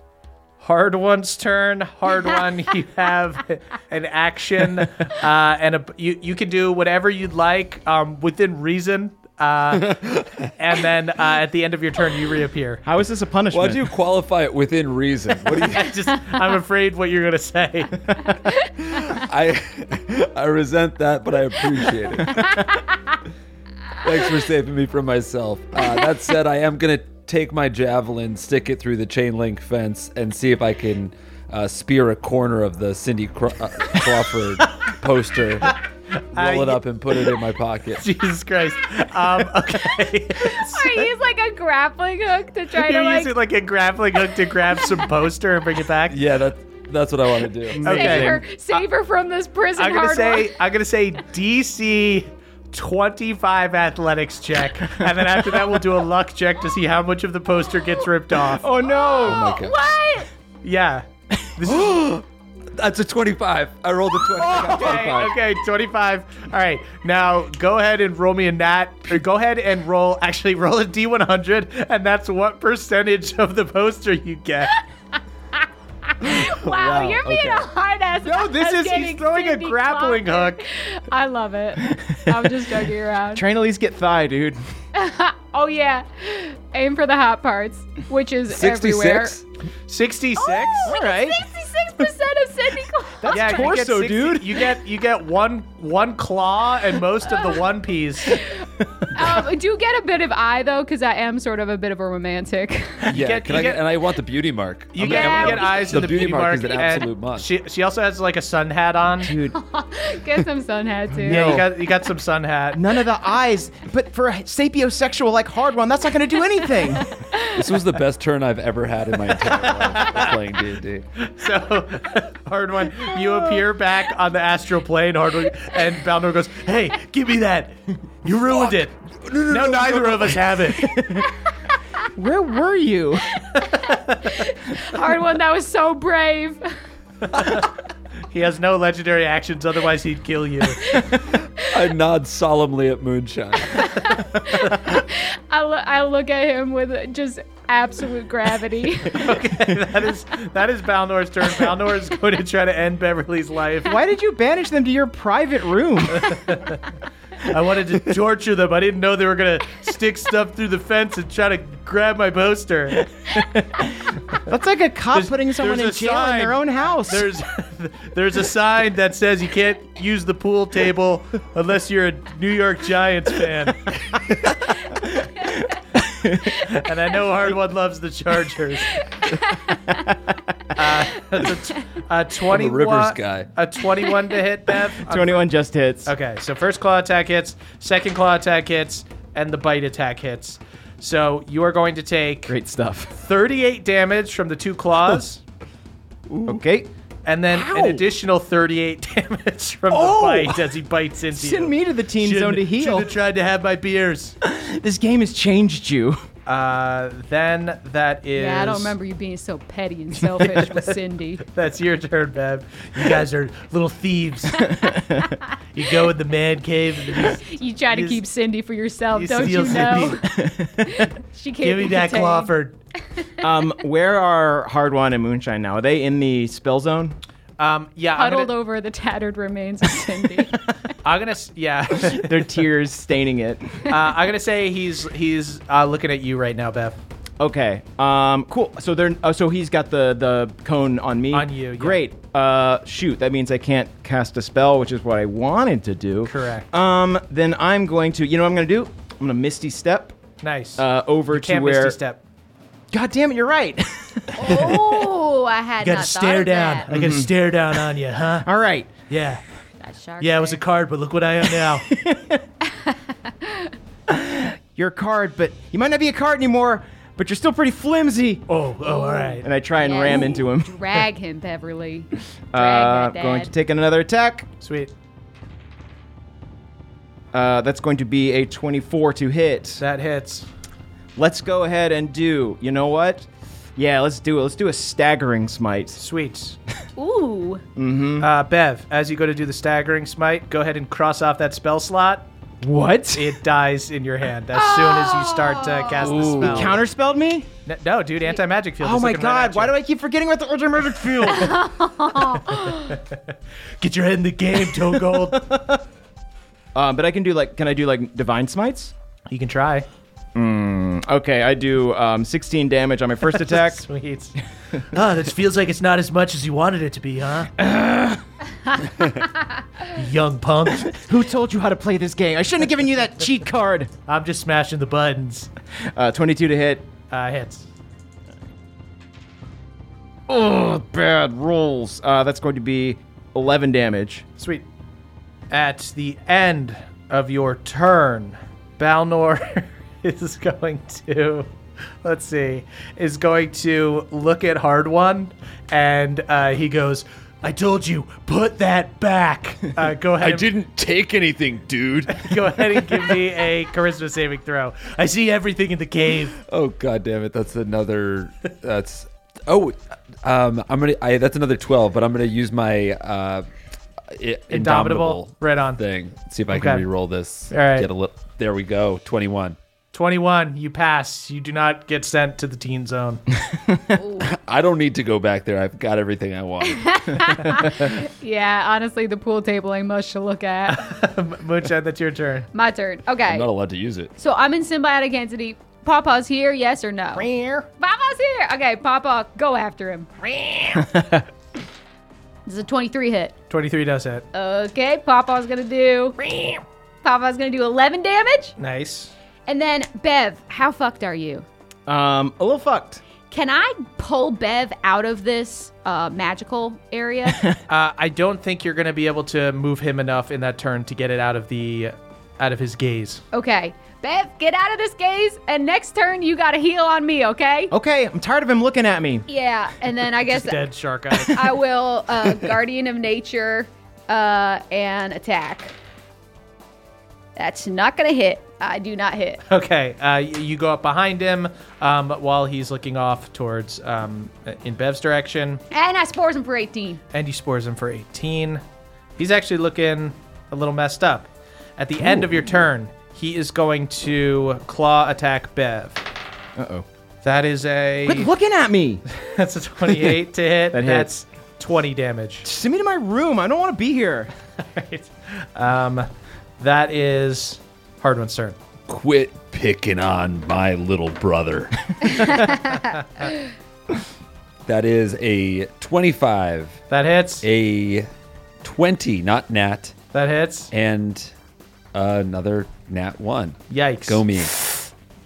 S2: hard one's turn. Hard one, you have an action, uh, and a, you you can do whatever you'd like um, within reason.
S5: (laughs)
S2: Uh, and then uh, at the end of your turn, you reappear.
S5: How is this a punishment?
S3: Why do you qualify it within reason? What do you?
S2: I just, I'm afraid what you're gonna say.
S3: I I resent that, but I appreciate it. Thanks for saving me from myself. Uh, that said, I am gonna take my javelin, stick it through the chain link fence, and see if I can uh, spear a corner of the Cindy Cra- uh, Crawford poster. roll it up and put it in my (laughs) pocket.
S2: Jesus Christ. Um, okay.
S4: Or use like a grappling hook to
S2: (laughs)
S4: try
S2: you
S4: to like,
S2: use it like a grappling hook to grab some poster and bring it back.
S3: Yeah, that's that's what I want to do.
S4: save
S2: Okay.
S4: her, save her from this prison.
S2: I'm gonna
S4: hard
S2: say
S4: work.
S2: I'm gonna say DC 25 athletics check, and then after that we'll do a luck check to see how much of the poster gets ripped off.
S5: Oh no!
S2: (laughs)
S3: Okay.
S4: what?
S2: Yeah. This is,
S3: That's a 25. I rolled a 20. I (laughs) got 25.
S2: okay, okay, 25. All right, now go ahead and roll me a nat. Or go ahead and roll. Actually, roll a d100, and that's what percentage of the poster you get.
S4: Wow, you're being
S3: okay.
S4: a hard ass. (laughs)
S2: No, this is he's throwing a grappling hook.
S4: I
S2: (laughs)
S4: love it. I'm just joking around.
S5: Train at least get thigh, dude.
S4: oh yeah, aim for the hot parts, which is everywhere.
S3: 66?
S2: 66.
S4: Oh,
S5: Alright.
S4: Sixty-six percent of Cindy
S2: (laughs)
S4: Claus.
S2: yeah, you get
S5: torso,
S2: 60
S5: dude.
S2: You get you get one one claw and most of the one piece.
S4: um, I do get a bit of eye though, because I am sort of a bit of a romantic. (laughs)
S3: Yeah,
S2: get-
S3: can
S2: you
S3: I get,
S2: get-
S3: and I want the beauty mark.
S2: You
S3: I'm
S2: get,
S3: gonna-
S2: you
S4: yeah.
S2: get eyes in the beauty, mark.
S3: is an
S2: and
S3: absolute must.
S2: She she also has like a sun hat on.
S5: Dude,
S4: get some sun hat too.
S2: Yeah, you got you got some sun hat.
S5: none of the eyes. But for a sapiosexual like hard one, that's not gonna do (laughs) anything.
S3: This was the best turn I've ever had in my
S2: (laughs)
S3: entire life playing D&D.
S2: So (laughs) hard one. You appear back on the astral plane. Hard one, and Balnor goes, "Hey, give me that. You ruined it. No, neither of us have it.
S5: Where were you?
S4: Hard one that was so brave.
S2: He has no legendary actions. Otherwise, he'd kill you.
S3: I nod solemnly at Moonshine.
S4: I, lo- I look at him with just
S2: (laughs)
S4: absolute gravity. (laughs)
S2: Okay, that is that is Balnor's turn. Balnor is going to try to end Beverly's life.
S5: Why did you banish them to your
S2: (laughs)
S5: private room?
S2: I wanted to torture them. I didn't know they were gonna stick stuff through the fence and try to grab my poster.
S5: That's like a cop
S2: There's-
S5: putting someone in
S2: there's a
S5: jail in their
S2: sign.
S5: own house.
S2: There's there's a sign that says you can't use the pool table unless you're a New York Giants fan. and I know Hard One loves the Chargers. Uh, that's a, t- a 21,
S3: Rivers guy.
S2: A 21 to hit, Bev.
S5: 21 just hits.
S2: Okay, so first claw attack hits, second claw attack hits, and the bite attack hits. So you are going to take
S5: Great stuff.
S2: 38 damage from the two claws,
S5: (laughs) Okay.
S2: and then
S5: Ow.
S2: an additional 38 (laughs) damage from
S5: Oh.
S2: the bite as he bites into you.
S5: Send me to the teen
S2: Shouldn't-
S5: zone to
S2: Should
S5: heal.
S2: have tried to have my
S5: (laughs)
S2: beers.
S5: This game has changed you.
S2: Uh, then that is.
S4: yeah, I don't remember you being so petty and selfish with Cindy.
S2: That's your turn, Bev. You guys
S5: (laughs)
S2: are little thieves. you go in the man cave. And
S5: (laughs)
S2: you just-
S4: You try to
S2: You s-
S4: keep Cindy for yourself,
S2: you
S4: don't you
S2: steal (laughs)
S4: (laughs) know? she can't
S2: Give me
S4: be
S2: that
S4: contained.
S2: Clawford.
S5: Um, where are Hardwan and Moonshine now? Are they in the spell zone?
S2: Um, yeah, I'm
S4: Huddled
S2: gonna,
S4: over the tattered remains
S2: (laughs)
S4: of Cindy.
S2: I'm gonna. s- Yeah.
S5: (laughs) Their tears staining it.
S2: Uh, I'm gonna say he's he's uh, looking at you right now, Bev.
S5: Okay. Um, cool. So they're. Oh, so he's got the the cone on me.
S2: On you, yeah.
S5: Great. Uh, shoot. That means I can't cast a spell, which is what I wanted to do.
S2: Correct.
S5: Um, then I'm going to. You know what I'm going to do? I'm going to misty step
S2: Nice.
S5: uh, over to
S2: Can't
S5: where.
S2: misty step.
S5: God damn it! You're right.
S2: (laughs)
S4: oh, I had
S2: Got
S4: not
S2: to stare
S4: thought
S2: down.
S4: of
S2: I
S5: Mm-hmm.
S2: got to stare down on you, huh?
S5: All right.
S2: Yeah.
S4: that. That shark
S2: Yeah, it was a
S4: there.
S2: card, but look what I am
S5: (laughs)
S2: now.
S5: You're a card, but you might not be a card anymore. But you're still pretty flimsy.
S2: oh, oh, all right.
S5: And I try and
S4: Yes.
S5: ram into him. (laughs)
S4: Drag him, Beverly. Drag
S5: Uh,
S4: that dad.
S5: going to take another attack.
S2: Sweet.
S5: Uh, that's going to be a 24 to hit.
S2: That hits.
S5: Let's go ahead and do. You know what? Yeah, let's do it. Let's do a staggering smite.
S2: Sweet.
S4: Ooh.
S2: Uh, Bev, as you go to do the staggering smite, go ahead and cross off that spell slot.
S5: What?
S2: It dies in your hand as soon as you start
S4: Oh.
S2: to cast the
S3: Ooh.
S2: spell.
S5: Counterspelled me?
S2: N- no, dude, anti magic field.
S5: Oh my god, why do I keep forgetting about the Ultra Magic Field? (laughs)
S2: get your head in the game, Toe Gold?
S5: um, but I can do like, can I do like divine smites?
S2: (laughs) you can try.
S5: Okay, I do um, 16 damage on my (laughs) first
S2: (laughs)
S5: attack.
S2: Sweet. Ah, this feels like it's not as much as you wanted it to be, huh? Young punk.
S5: Who told you how to play this game? I shouldn't have given you that cheat card.
S2: I'm just smashing the buttons.
S5: (laughs) Uh, 22 to hit.
S2: Uh, hits.
S5: Oh, bad rolls. Uh, that's going to be 11 damage.
S2: Sweet. At the end of your turn, Balnor (laughs) is going to. Let's see. Is going to look at Hard One, and uh, he goes, "I told you, put that back." Uh, go ahead.
S3: I
S2: and-
S3: didn't take anything, dude.
S2: Go ahead and give me a charisma saving throw. I see everything in the cave.
S3: oh god damn it! That's another. That's oh, um, I'm gonna. I, that's another twelve, but I'm gonna use my uh, i- indomitable,
S2: Right on.
S3: thing. See if I
S2: Okay.
S3: can re-roll this.
S2: All right.
S3: Get a little. There we go. Twenty-one.
S2: 21, you pass. You do not get sent to the teen zone.
S3: I don't need to go back there. I've got everything I want.
S4: Yeah, honestly, the pool table ain't much to
S5: (laughs)
S4: look at.
S2: Moonshine, that's your turn.
S4: My turn. Okay.
S3: I'm not allowed to use it.
S4: So I'm in symbiotic entity. Pawpaw's here, yes or no? Papa's here. Okay, Papa, go after him. (laughs) this is a 23 hit.
S2: 23 does hit.
S4: Oh. Okay, Papa's gonna do. Papa's gonna do 11 damage.
S2: Nice.
S4: And then, Bev, how fucked are you?
S5: Um, a little fucked.
S4: Can I pull Bev out of this uh, magical area?
S2: Uh, I don't think you're going to be able to move him enough in that turn to get it out of the out of his gaze.
S4: okay. Bev, get out of this gaze, and next turn you gotta heal on me, okay?
S5: Okay, I'm tired of him looking at me.
S4: Yeah, and then I guess
S2: Dead shark eye. (laughs)
S4: I will uh, Guardian of Nature uh, and attack. That's not gonna hit. I do not hit.
S2: okay, uh, y- you go up behind him um, while he's looking off towards um, in Bev's direction,
S4: And I spores him for 18.
S2: and you spores him for 18. He's actually looking a little messed up. At the end of your turn, he is going to claw attack Bev.
S5: Uh oh.
S2: That is a
S5: Quit looking at me. (laughs)
S2: that's a 28 to hit.
S5: That
S2: That's 20 damage. (laughs)
S5: Send me to my room. I don't want to be here.
S2: Um, that is hard one's turn.
S3: Quit picking on my
S4: (laughs)
S3: little brother. (laughs) that is a 25,
S2: That hits.
S3: a 20, not nat,
S2: That hits.
S3: and another nat 1.
S2: Yikes.
S3: Go me.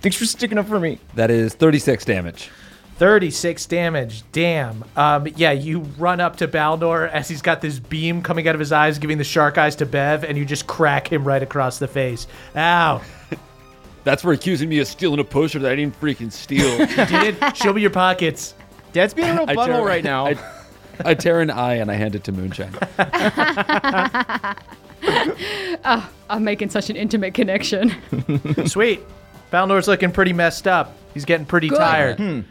S5: Thanks for sticking up for me.
S3: That is 36 damage.
S2: 36 damage. Damn. Um, yeah, you run up to Balnor as he's got this beam coming out of his eyes, giving the shark eyes to Bev, and you just crack him right across the face. Ow.
S3: That's for accusing me of stealing a poster that I didn't freaking steal.
S2: Did it? Show me your pockets.
S5: Dad's being a real
S3: (laughs) I
S5: butthole
S3: tear-
S5: right now.
S3: I, I tear an eye and I hand it to Moonshine.
S4: I'm making such an intimate connection. (laughs)
S2: Sweet. Balnor's looking pretty messed up. He's getting pretty tired.
S5: Hmm.
S2: He-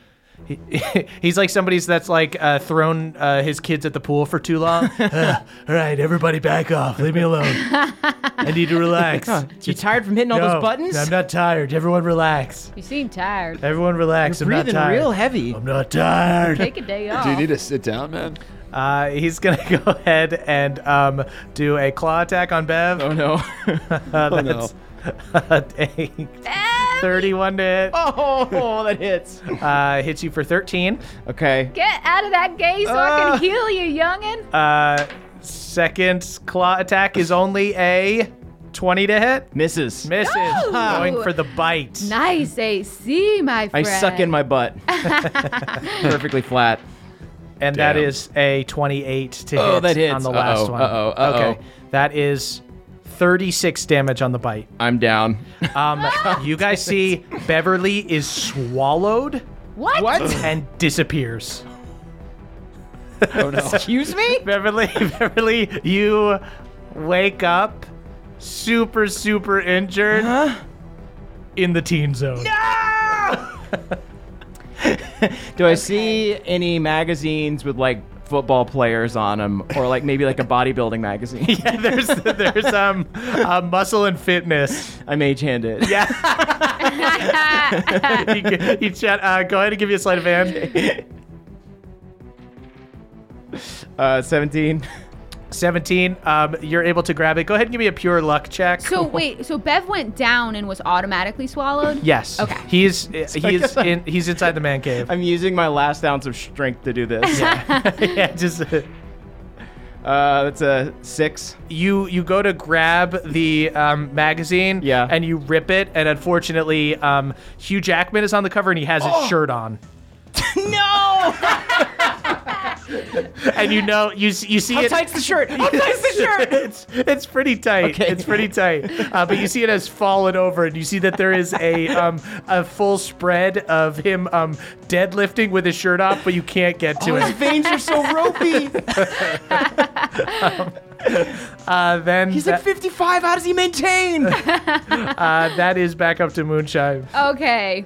S2: (laughs) He's like somebody's that's like uh, thrown uh, his kids at the pool for too long.
S5: (laughs)
S2: Ugh, all right, everybody back off. Leave me alone. I need
S5: (laughs)
S2: to relax.
S5: you tired from hitting all
S2: No,
S5: those buttons?
S2: I'm not tired. Everyone relax.
S4: You seem tired.
S2: Everyone relax. I'm
S5: breathing
S2: not tired. Oh,
S5: real heavy.
S3: (laughs)
S2: I'm not tired.
S4: Take a day off.
S3: Do you need to sit down, man?
S2: (laughs) Uh, he's gonna (laughs) go ahead and um, do a claw attack on Bev.
S5: Oh (laughs) no.
S2: Uh, that's (laughs) a 31 to hit.
S5: oh, that hits.
S2: (laughs) Uh, hits you for 13.
S5: Okay.
S4: Get out of that gaze so I can heal you, youngin.
S2: Uh, second claw attack is only a 20 to hit.
S5: Misses.
S2: Misses.
S4: No!
S2: Going for the bite.
S4: nice AC, my
S5: I
S4: friend.
S5: suck in my
S4: (laughs)
S5: butt. Perfectly flat.
S2: and that
S3: Damn.
S2: is a 28 to
S5: Oh,
S2: hit
S5: that hits.
S2: on the last
S5: Uh-oh,
S2: one.
S5: uh-oh, uh-oh.
S2: Okay. That is 36 damage on the bite.
S5: I'm
S4: (laughs)
S5: down.
S2: Um, you guys see Beverly is swallowed
S4: What?
S2: and disappears.
S3: Oh no.
S5: Excuse me?
S2: (laughs) Beverly, Beverly, you wake up super, super injured in the teen zone.
S5: Do I see any magazines with like football players on them or like maybe like a bodybuilding magazine?
S2: Yeah, (laughs) there's there's um uh, muscle and fitness. (laughs)
S5: I'm age handed.
S2: Yeah. you, g- you chat, uh, go ahead and give me a sleight of hand.
S5: Uh, 17.
S2: 17. Um, you're able to grab it. Go ahead and give me a pure luck check.
S5: (laughs)
S4: So wait, so Bev went down and was automatically swallowed?
S2: yes.
S4: Okay.
S2: He's uh, he's in he's inside the man cave.
S5: (laughs) I'm using my last ounce of strength to do
S2: (laughs)
S5: this.
S2: yeah, just uh,
S5: Uh, that's a six.
S2: you you go to grab the um, magazine
S5: Yeah.
S2: and you rip it and unfortunately um,
S5: Oh. (laughs)
S2: Hugh Jackman is on the cover and he has his shirt on.
S5: No!
S2: (laughs) and you know you s- you see
S5: How
S2: it.
S5: tight's the
S2: (laughs)
S5: shirt? How tight's the shirt?
S2: it's it's pretty tight.
S5: Okay.
S2: It's pretty tight. Uh, but you see it has fallen over, and you see that there is a um, a full spread of him um, deadlifting with his shirt off, but you can't get to
S5: His
S2: it.
S5: veins are so ropey.
S2: Uh, then
S5: He's like
S2: that-
S5: 55. How does he
S4: (laughs)
S5: maintain?
S2: uh, that is back up to Moonshine.
S4: Okay.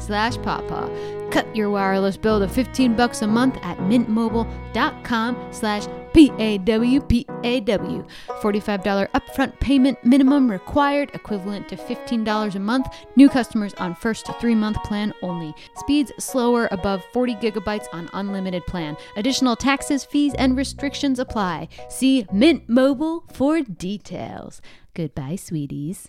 S6: slash pawpaw. Cut your wireless bill to 15 bucks a month at mintmobile.com slash P-A-W-P-A-W. $45 upfront payment minimum required, equivalent to $15 a month. New customers on first three-month plan only. Speeds slower above 40 gigabytes on unlimited plan. Additional taxes, fees, and restrictions apply. See Mint Mobile for details. Goodbye, sweeties.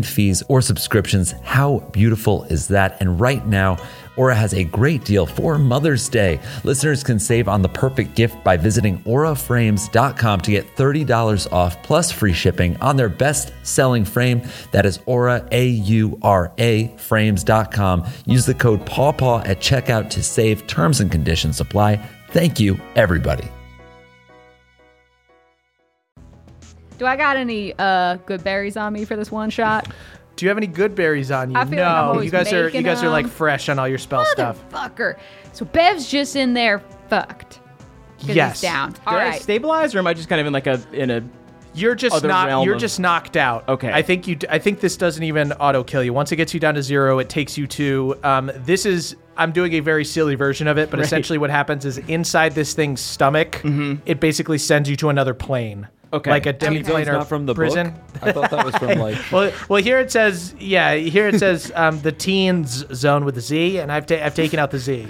S7: fees or subscriptions. How beautiful is that? And right now, Aura has a great deal for Mother's Day. Listeners can save on the perfect gift by visiting auraframes.com to get $30 off plus free shipping on their best selling frame. That is aura, A U R A, frames.com. Use the code PAWPAW at checkout to save. Terms and conditions apply. Thank you, everybody.
S4: Do I got any uh good berries on me for this one shot?
S5: (laughs)
S2: Do you have any good berries on you?
S4: I feel like I'm
S2: no,
S4: always
S2: you guys are you
S4: making
S2: guys are like
S4: them.
S2: fresh on all your spell stuff.
S4: Motherfucker. So Bev's just in there fucked. 'Cause he's
S2: Yes.
S4: down.
S5: Did
S4: All
S5: I
S4: right.
S5: stabilize, or am I just kind of in like a in a?
S2: You're just
S5: other
S2: not.
S5: realm
S2: You're
S5: of-
S2: just knocked out.
S5: Okay.
S2: I think you. I think this doesn't even auto kill you. Once it gets you down to zero, it takes you to. Um, this is. I'm doing a very silly version of it, but essentially what happens is inside this thing's stomach,
S3: Mm-hmm.
S2: it basically sends you to another plane.
S5: Okay.
S2: Like a
S3: Demi
S2: demiplane or
S3: not from the
S2: prison.
S3: book. I thought that was from like.
S2: Well, well, here it says, yeah, here it says um, the teens zone with the Z, and I've, ta- I've taken out the Z.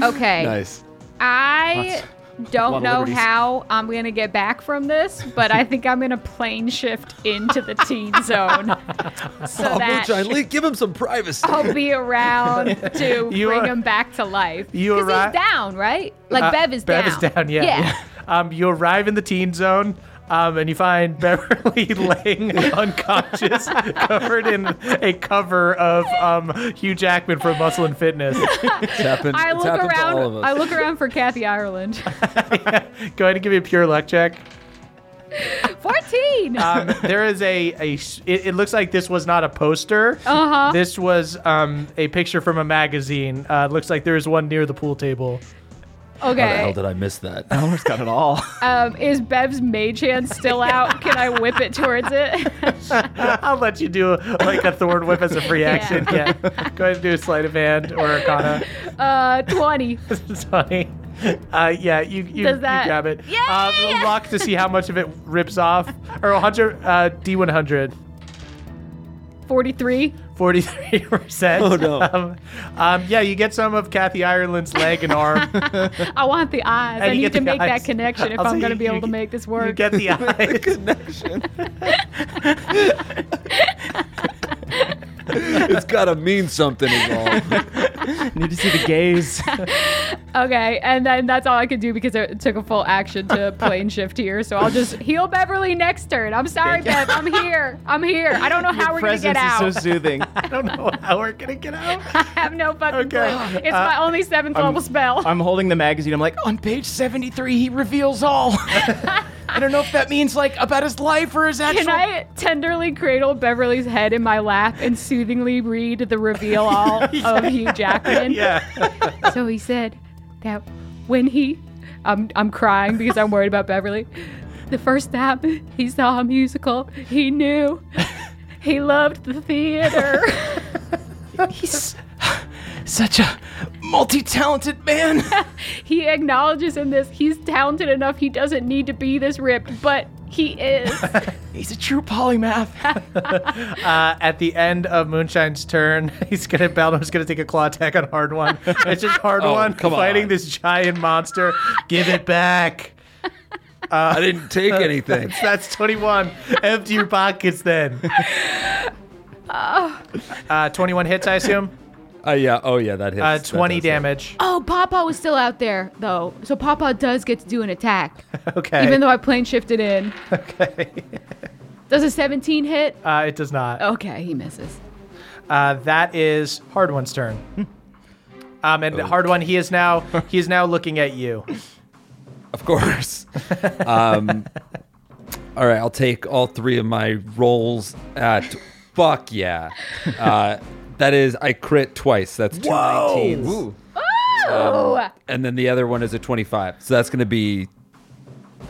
S4: Okay.
S3: nice.
S4: I don't
S5: of
S4: know
S5: liberties.
S4: how I'm going to get back from this, but I think I'm going to plane shift into the
S5: (laughs)
S4: teen zone. So that
S3: Lee, give him some privacy.
S4: I'll
S2: (laughs)
S4: be around to
S2: You
S4: bring
S2: are-
S4: him back to life.
S2: You
S4: Because
S2: arri-
S4: he's down, right? Like
S2: Uh,
S4: Bev is
S2: Bev
S4: down.
S2: is down, yeah. Um, you arrive in the teen zone. Um, and you find Beverly (laughs) laying unconscious, (laughs) covered in a cover of um, Hugh Jackman from Muscle and Fitness.
S3: It's happened,
S4: (laughs) I
S3: it's
S4: look
S3: happened to all of
S4: around.
S3: us.
S4: I look around for
S2: (laughs)
S4: Kathy Ireland. (laughs)
S2: Go ahead and give me a pure luck check.
S4: Fourteen. (laughs)
S2: Um, there is a, a s- it, it looks like this was not a poster. Uh-huh. This was um, a picture from a magazine. Uh, it looks like there is one near the pool table. (laughs)
S3: How the hell
S4: okay.
S3: did I miss that?
S5: Elmer's
S3: (laughs)
S5: got it all.
S4: Um, is Bev's mage
S2: (laughs)
S4: hand still out? Can I whip it towards it?
S2: I'll let you do like a thorn whip as a free action. Yeah. Go ahead and do a sleight of hand or arcana.
S4: Uh, Twenty.
S2: (laughs) It's funny. Uh, yeah, you, you,
S4: Does
S2: you
S4: that-
S2: grab it.
S4: Yay!
S2: Um, luck
S4: (laughs)
S2: uh, to see how much of it rips off. Or 100, uh, D100.
S4: 43.
S2: 43%.
S3: Oh, no.
S2: (laughs) Um, um, yeah, you get some of Kathy Ireland's leg and
S4: (laughs)
S2: arm.
S4: I want the eyes. I
S2: you
S4: need
S2: get
S4: to
S2: the
S4: make
S2: eyes.
S4: that connection if
S2: I'll
S4: I'm
S2: say
S4: going to
S2: you-
S4: be
S2: you
S4: able to
S2: get-
S4: make this
S2: you
S4: work.
S2: get
S4: (laughs)
S2: the
S3: (laughs)
S2: eyes. (laughs)
S3: it's gotta mean something
S2: (laughs)
S3: involved.
S5: Need to see the gaze.
S4: Okay, and then that's all I could do because it took a full
S5: (laughs)
S4: action to plane shift here. So I'll just heal Beverly next turn. I'm sorry, Bev. I'm here. I'm here. I don't know how we're gonna
S5: Presence
S4: get out.
S5: is so soothing.
S2: I don't know how we're going to get out.
S4: (laughs) I have no fucking
S2: Okay,
S4: clue. It's my only seventh level spell.
S5: Uh, I'm holding the magazine. I'm like, on page 73, he
S2: (laughs)
S5: reveals all. I don't know if that means like about his life or his actual.
S4: Can I tenderly cradle Beverly's head in my lap and soothingly read
S5: (laughs)
S4: the reveal all of Hugh Jackman?
S2: Yeah.
S4: (laughs) So he said that when he, I'm, I'm crying because I'm worried about Beverly. The first time he saw a musical,
S5: (laughs)
S4: he knew he loved the theater.
S5: He's such a multi-talented man.
S4: (laughs) he acknowledges in this he's talented enough he doesn't need to be this ripped, but he is.
S5: He's a true polymath.
S2: (laughs) Uh, at the end of Moonshine's turn, (laughs) he's going to, Baldur's going to take a claw attack on Hard One. It's just Hard One
S3: (laughs) Oh, come
S2: fighting
S3: on.
S2: this giant monster. Give it back.
S3: I didn't
S2: (laughs)
S3: take (laughs) anything.
S2: That's 21. Empty your pockets
S4: (laughs)
S2: then. Uh, 21 hits, I assume.
S3: Uh, yeah. Oh yeah, that hits.
S2: Uh,
S3: That
S2: 20
S3: does hit.
S2: damage.
S4: oh, Papa was still out there though, so Papa does get to do an attack,
S2: Okay.
S4: even though I plane shifted in.
S2: okay.
S4: Does a 17 hit?
S2: Uh, it does not.
S4: Okay, he misses.
S2: Uh, that is Hard One's turn. Um, and Hard One, he is now he is now looking at you. (laughs)
S3: Of course. um, all right, I'll take all three of my rolls at. fuck yeah. Uh, that is, I crit twice. That's two 19s.
S2: um,
S4: Oh,
S3: And then the other one is a 25. So that's going to be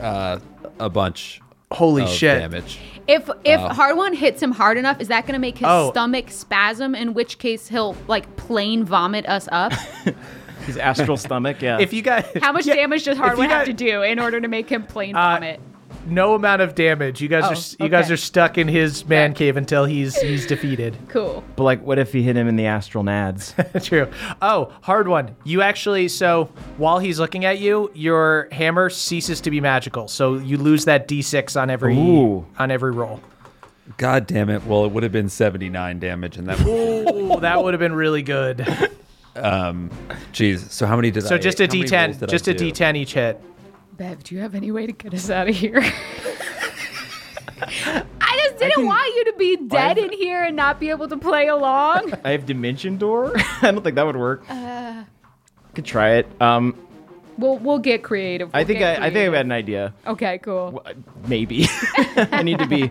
S3: uh, a bunch
S2: Holy
S3: of
S2: shit!
S3: damage.
S4: if if hard one hits him hard enough, is that gonna make his
S2: uh, Oh.
S4: stomach spasm? In which case he'll like plain vomit us
S2: (laughs)
S4: up.
S5: His (laughs) astral stomach, yeah.
S2: If you got
S4: How much
S2: Yeah,
S4: damage does hard
S2: if
S4: one
S2: you
S4: have
S2: got Uh,
S4: to do in order to make him plain vomit?
S2: No amount of damage. You guys are
S4: Oh,
S2: s- you guys
S4: okay.
S2: are stuck in his man
S4: Okay.
S2: cave until he's he's defeated. (laughs)
S4: cool.
S5: but like, what if he hit him in the astral nads?
S2: True. Oh, hard one. You actually so while he's looking at you, your hammer ceases to be magical. So you lose that d6 on every
S3: Ooh.
S2: on every roll.
S3: God damn it. Well, it would have been 79 damage in that.
S2: Ooh, that would have been really good.
S3: um, jeez. So how many did I
S2: So just a
S3: how many rolls
S2: d10,
S3: did I
S2: just a
S3: do?
S2: d10 each hit.
S4: Bev, do you have any way to get us out of here? (laughs) I just didn't want you to be dead in here and not be able to play along.
S5: (laughs)
S4: (laughs)
S5: I have dimension door. (laughs) I don't think that would work.
S4: Uh.
S5: Could try it. Um,
S4: we'll we'll get creative.
S5: I
S4: We'll
S5: think I,
S4: get
S5: I think I've
S4: creative.
S5: got an idea.
S4: Okay, cool.
S5: Uh, Maybe. (laughs) I need to
S4: (laughs)
S5: be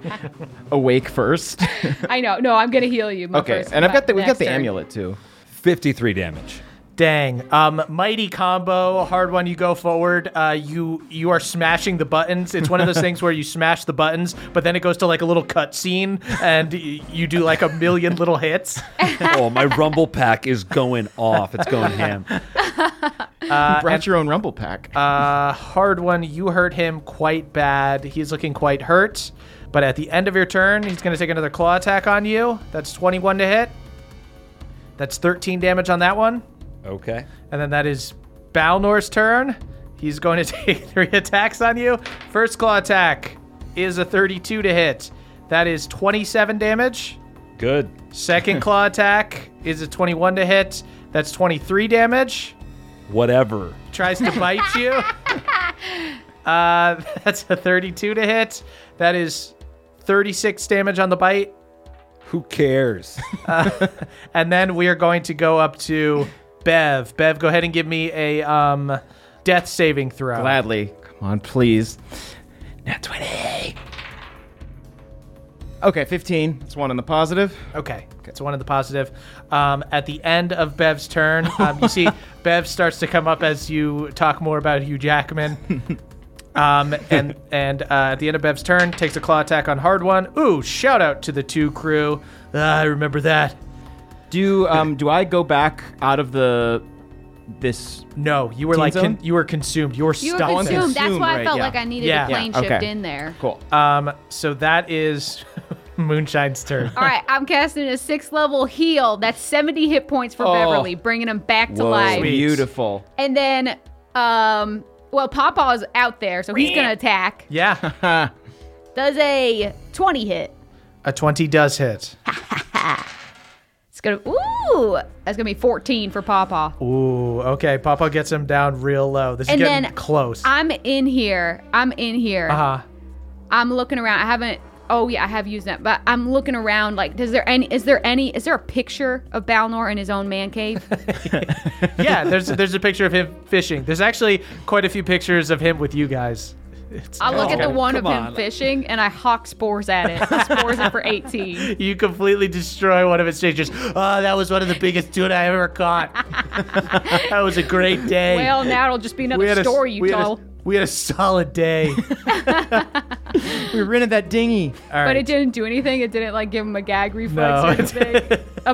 S5: awake first.
S4: I know. No, I'm gonna heal you. my
S5: okay,
S4: first-
S5: and I've got the we
S4: next
S5: got the
S4: turn.
S5: amulet too.
S3: 53 damage.
S2: Dang. Um, mighty combo, hard one. You go forward. Uh, you you are smashing the buttons. It's one of those things where you smash the buttons, but then it goes to like a little cutscene, and y- you do like a million little hits.
S3: (laughs) oh, my rumble pack is going off. It's going ham.
S5: you brought your own rumble pack.
S2: Uh, hard one. You hurt him quite bad. He's looking quite hurt. But at the end of your turn, he's going to take another claw attack on you. That's 21 to hit. That's 13 damage on that one.
S3: Okay.
S2: And then that is Balnor's turn. He's going to (laughs) take three attacks on you. First claw attack is a 32 to hit. That is 27 damage.
S3: Good.
S2: Second claw attack is a 21 to hit. That's 23 damage.
S3: Whatever.
S2: Tries to bite you. Uh, (laughs) that's a 32 to hit. That is 36 damage on the bite.
S3: Who cares?
S2: And then we are going to go up to Bev. Bev, go ahead and give me a um, death saving throw.
S5: Gladly. Come on, please. Not 20. Okay, 15. It's one on the positive.
S2: Okay, it's one of the positive. Um, at the end of Bev's turn,
S5: (laughs)
S2: um, you see Bev starts to come up as you talk more about Hugh Jackman.
S5: (laughs)
S2: Um, and and uh, at the end of Bev's turn, takes a claw attack on hard one. Ooh, shout out to the two crew. Ah, I remember that.
S5: Do um do I go back out of the this
S2: No, you were
S5: Teen
S2: like
S5: zone?
S2: con- you were consumed. You were
S6: You were
S2: stuck.
S5: consumed.
S6: consumed. That's why I
S5: right,
S6: felt
S5: yeah.
S6: like I needed
S2: Yeah.
S6: a plane
S5: Yeah,
S6: shift
S5: okay.
S6: in there.
S5: cool.
S2: Um, so that Um, is (laughs) Moonshine's turn.
S4: All right, I'm casting a six level heal. That's 70 hit points for
S5: Oh.
S4: Beverly, bringing him back to
S3: Whoa.
S4: life.
S2: Sweet.
S5: Beautiful.
S4: And then, um, well, Pawpaw's out there, so he's gonna attack.
S2: Yeah,
S4: Does a 20 hit?
S2: a twenty does hit.
S4: It's gonna ooh, that's gonna be 14 for Pawpaw.
S2: Ooh, okay. Papa gets him down real low. This is
S4: And
S2: getting
S4: then
S2: close.
S4: I'm in here. I'm in here.
S2: uh-huh.
S4: I'm looking around. I haven't. Oh yeah, I have used that, but I'm looking around. Like, does there any? Is there any? Is there a picture of Balnor in his own
S2: (laughs)
S4: man cave?
S2: Yeah, there's there's a picture of him fishing. There's actually quite a few pictures of him with you guys. It's
S4: I look at the
S3: Oh,
S4: one of
S3: come
S4: him
S3: on.
S4: fishing, and I hawk spores at it. I spores it for 18.
S2: (laughs) You completely destroy one of its creatures. Oh, that was one of the biggest tuna I ever
S4: (laughs)
S2: caught. that was a great day.
S4: Well, now it'll just be another story you
S2: we had a-
S4: tell.
S2: we had a solid (laughs)
S4: (laughs)
S2: day.
S5: We rented that dinghy.
S4: But it didn't do anything. It didn't like give him a gag reflex
S2: No,
S4: or
S2: it
S4: anything. a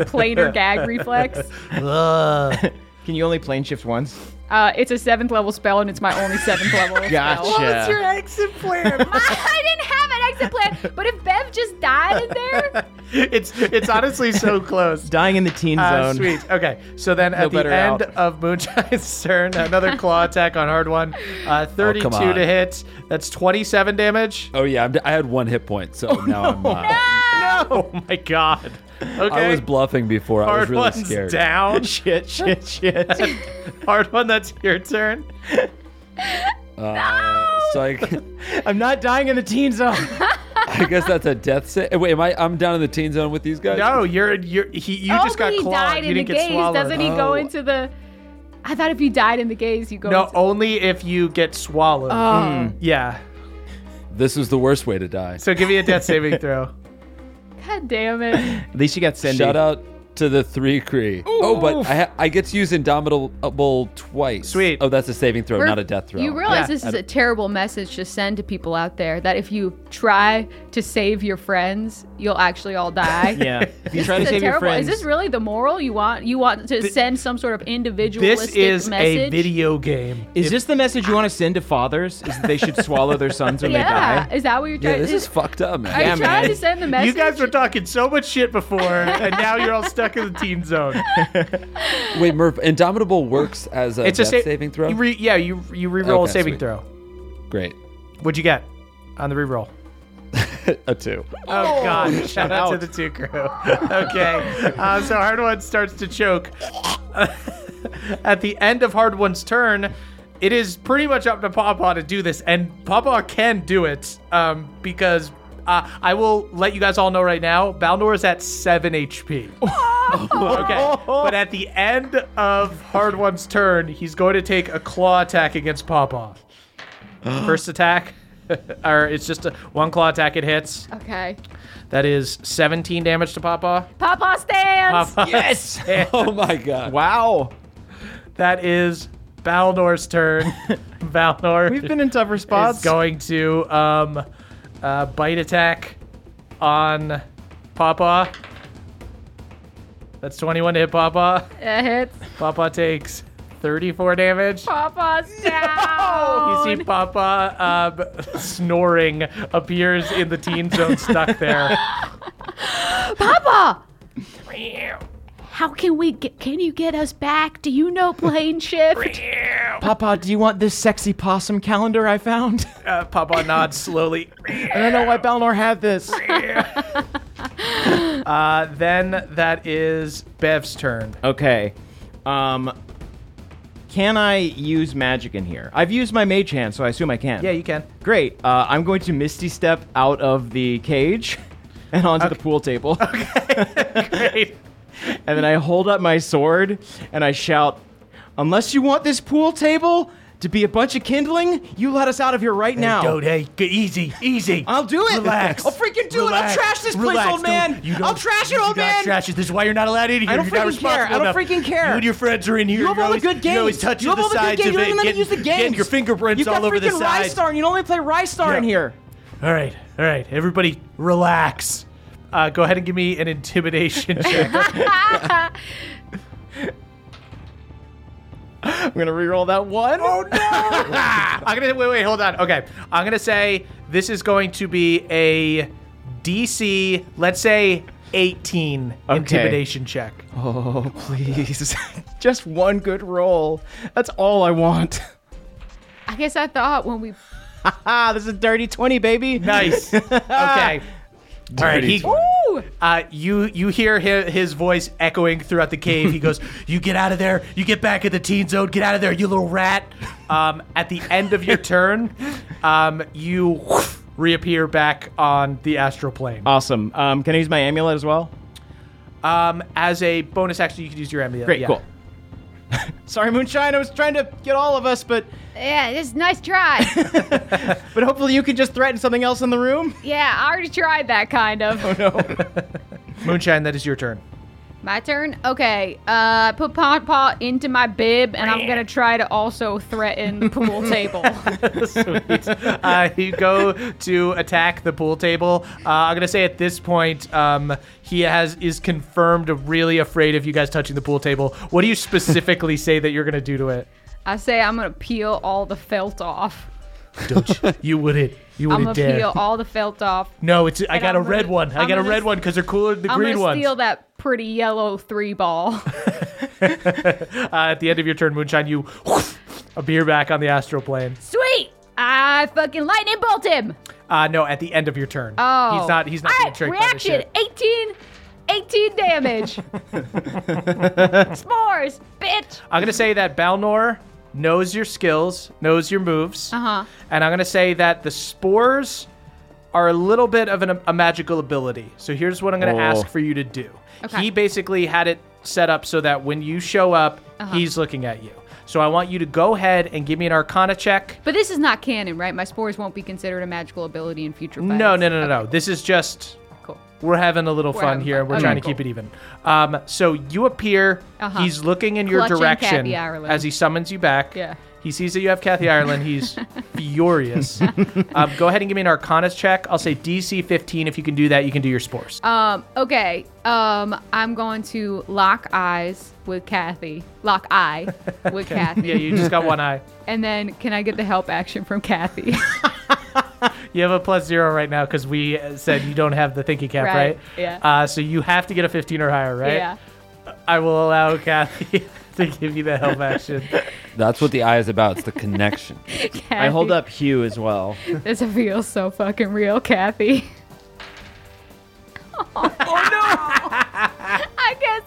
S2: (laughs)
S4: planar gag reflex.
S2: Ugh.
S5: Can you only plane shift once?
S4: Uh, it's a seventh level spell, and it's my only seventh level
S5: Gotcha.
S4: spell.
S5: What's your
S2: exit plan?
S4: (laughs) I didn't have an exit plan. But if Bev just died
S2: (laughs)
S4: in there,
S2: it's it's honestly (laughs) so close.
S5: Dying in the teen
S2: Ah,
S5: zone.
S2: sweet. Okay. So then at the
S5: better
S2: end
S5: out.
S2: of (laughs) Moonshine's turn, another claw
S5: (laughs)
S2: attack on hard one.
S5: Oh,
S2: Uh, 32
S3: on.
S2: to hit. That's 27 damage.
S3: (laughs) Oh yeah, I'm d- i had one hit point, so now I'm. Uh,
S5: (laughs)
S2: Oh my god. Okay.
S3: I was bluffing before. I was
S2: hard
S3: really
S2: one's
S3: scared.
S2: down.
S5: (laughs) Shit, shit,
S2: (laughs)
S5: shit.
S2: hard one, that's your turn.
S4: oh,
S3: So I,
S5: I'm not dying in the teen zone.
S3: I guess that's a death save. Wait, am I? I'm down in the teen zone with these
S2: (laughs)
S3: guys.
S2: No, you're you're he. You
S4: oh,
S2: just
S4: but
S2: got
S4: he
S2: clawed.
S4: died
S2: You
S4: in the
S2: didn't get
S4: gaze.
S2: swallowed.
S4: Doesn't he go
S3: Oh.
S4: into the? I thought if you died in the gaze, you go.
S2: No, oh, mm.
S4: into... Oh,
S2: only if you get swallowed. Yeah.
S3: This is the worst way to die.
S2: So give me a death saving
S4: (laughs)
S2: throw.
S4: God damn
S2: (laughs)
S4: it!
S5: At least you got Cindy.
S3: Shout out to the three Cree. Oh, but I, ha- I get to use Indomitable twice.
S2: Sweet.
S3: Oh, that's a saving throw,
S4: We're-
S3: not a death throw.
S4: You realize
S2: Yeah.
S4: this is a terrible message to send to people out there that if you try to save your friends, you'll actually all
S2: (laughs)
S4: die.
S5: Yeah. If you try to
S4: This is a
S5: save your
S4: terrible.
S5: friends.
S4: Is this really the moral you want? You want to send some sort of individualistic
S2: This is
S4: message?
S2: a video game.
S5: Is this the message you want to send to fathers? Is that they
S4: (laughs)
S5: should swallow their sons when
S4: yeah,
S5: they die?
S4: is that what you're
S3: yeah,
S4: trying?
S3: this is fucked up,
S4: Are
S3: man.
S5: Yeah,
S4: you trying
S5: man.
S4: to send the message?
S2: You guys were talking so much shit before, and now you're all stuck in the teen
S3: (laughs)
S2: zone.
S3: Wait, Murph, Indomitable works as a
S2: It's a sa-
S3: death saving throw?
S2: You re- yeah, you you re-roll
S3: Okay,
S2: a saving
S3: sweet.
S2: throw.
S3: Great.
S2: What'd you get on the re-roll?
S3: (laughs) A two.
S2: (laughs) Oh, God! Shout out to the two crew. (laughs) okay, uh, so hard one starts to choke. (laughs) At the end of hard one's turn, it is pretty much up to Papa to do this, and Papa can do it um, because uh, I will let you guys all know right now. Balnor is at seven HP. (laughs) okay, but at the end of hard one's turn, he's going to take a claw attack against Papa. First attack. (laughs) or it's just a one claw attack it hits.
S4: Okay.
S2: That is 17 damage to Papa.
S4: Papa stands. (laughs)
S2: Papa.
S5: Yes.
S3: Oh, my God.
S5: Wow.
S2: That is Balnor's
S5: (laughs)
S2: turn. Balnor
S5: We've been in tougher spots.
S2: is going to um, uh, bite attack on Papa. That's 21 to hit Papa.
S4: It hits.
S2: Papa takes 34 damage.
S4: Papa's
S2: You
S4: down.
S2: see Papa um, snoring appears in the teen zone stuck
S5: (laughs)
S2: there.
S4: Papa. How can we get? Can you get us back? Do you know
S2: (laughs)
S4: plane shift?
S5: Papa, do you want this sexy possum calendar I found? (laughs)
S2: Uh, Papa nods slowly.
S5: I don't know why Balnor had this.
S2: Uh, then that is Bev's turn.
S8: Oh.
S5: Okay. Um can I use magic in here? I've used my mage hand, so I assume I can.
S2: Yeah, you can.
S5: Great. Uh, I'm going to misty step out of the cage (laughs) and onto the pool (laughs) table. (laughs)
S2: Great.
S5: And then I hold up my sword and I shout, Unless you want this pool table to be a bunch of kindling, you let us out of here right now.
S2: Don't, hey, g- easy, easy.
S5: I'll do it.
S2: Relax.
S5: I'll freaking do it. I'll
S2: Relax.
S5: trash this place,
S2: Relax,
S5: old
S2: dude.
S5: man.
S2: You don't-
S5: I'll trash it,
S2: you
S5: old
S2: gotta
S5: man.
S2: Trash it. This is why you're not allowed in here.
S5: I don't
S2: you're not
S5: freaking care.
S2: responsible
S5: I don't
S2: enough.
S5: freaking care.
S2: You and your friends are in here.
S5: You have
S2: You're
S5: all the
S2: always-
S5: good games.
S2: You're always touching
S5: you have
S2: the
S5: all the
S2: sides
S5: good games. You
S2: of
S5: don't
S2: it.
S5: even let me
S2: getting-
S5: use the games.
S2: Getting your fingerprints
S5: You've got
S2: all over the
S5: freaking
S2: sides.
S5: Rystar, and you don't even play Rystar in
S2: Yeah.
S5: here.
S2: All right, all right. Everybody, relax. Uh, go ahead and give me an (laughs) intimidation check.
S5: I'm gonna reroll that one. Oh no!
S2: I'm gonna wait, wait, hold on. Okay, I'm gonna say this is going to be a DC, let's say 18
S5: Okay.
S2: intimidation check.
S5: (laughs) Oh, please. (laughs) Just one good roll. That's all I want. (laughs)
S4: I guess I thought when we
S5: Ah, this is dirty 20, baby. (laughs)
S2: Nice. okay. All right, he, uh, you you hear his, his voice echoing throughout the cave.
S5: (laughs)
S2: He goes, "You get out of there! You get back in the teen zone! Get out of there, you little rat!" Um, at the end of
S5: (laughs)
S2: your turn, um, you reappear back on the astral plane.
S5: Awesome. Um, can I use my amulet as well?
S2: Um, as a bonus action, you can use your amulet.
S5: Great,
S2: yeah.
S5: cool. Sorry, Moonshine. I was trying to get all of us, but
S4: yeah, this is
S2: (laughs)
S4: nice try.
S5: but hopefully you can just threaten something else in the room.
S4: yeah, I already tried that kind of.
S2: Oh, Moonshine, that is your turn.
S4: My turn. Okay. Uh, put Paw Paw into my bib, and I'm gonna try to also threaten
S2: (laughs)
S4: the pool table.
S2: Sweet. (laughs) Uh, you go to attack the pool table. Uh, I'm gonna say at this point, um, he has is confirmed really afraid of you guys touching the pool table. What do you specifically say that you're gonna do to it?
S4: I say I'm gonna peel all the felt off.
S2: (laughs) Don't you, you wouldn't. You
S4: I'm gonna
S2: wouldn't dare.
S4: peel all the felt off.
S2: No, it's. I
S4: And
S2: got a
S4: I'm
S2: red
S4: gonna-
S2: one. I
S4: I'm
S2: got a
S4: gonna
S2: red
S4: s-
S2: one because they're cooler than the
S4: I'm
S2: green
S4: gonna
S2: ones.
S4: steal that pretty yellow three ball. (laughs)
S2: Uh, at the end of your turn, Moonshine, you appear back on the astral plane.
S4: Sweet. I fucking lightning bolt him.
S2: Uh, no, at the end of your turn.
S4: Oh.
S2: he's not. He's not
S4: I,
S2: being tricked by this
S4: reaction.
S2: shit.
S4: 18. 18 damage. S'mores, bitch.
S2: I'm gonna say that Balnor knows your skills, knows your moves,
S4: Uh-huh.
S2: and I'm gonna say that the spores are a little bit of an, a magical ability. So here's what I'm gonna ask for you to do.
S4: Okay.
S2: He basically had it set up so that when you show up,
S4: Uh-huh.
S2: he's looking at you. So I want you to go ahead and give me an Arcana check.
S4: But this is not canon, right? My spores won't be considered a magical ability in future. Fights.
S2: No, no, no, no, no. This is just
S4: Cool.
S2: we're having a little
S4: We're
S2: fun
S4: having
S2: here,
S4: fun.
S2: and we're
S4: Okay,
S2: trying to
S4: cool.
S2: keep it even. Um, so you appear.
S4: Uh-huh.
S2: He's looking in your
S4: Clutching
S2: direction
S4: Kathy Ireland.
S2: as he summons you back.
S4: Yeah.
S2: He sees that you have Kathy Ireland.
S4: (laughs)
S2: He's furious. um, go ahead and give me an Arcana check. I'll say DC 15. If you can do that, you can do your spores.
S4: Um, okay. Um, I'm going to lock eyes with Kathy. Lock
S2: (laughs)
S4: eye with Kathy.
S2: yeah, you just got one eye.
S4: And then can I get the help action from Kathy?
S2: You have a plus zero right now because we uh, said you don't have the thinking cap, right?
S4: Right, yeah.
S2: Uh, so you have to get a 15 or higher, right?
S4: (laughs) Yeah.
S2: I will allow Kathy (laughs) to give you the help action.
S3: That's what the eye is about. It's the connection.
S5: I hold up Hugh as well.
S4: This feels so fucking real, Kathy. oh no! (laughs) I guess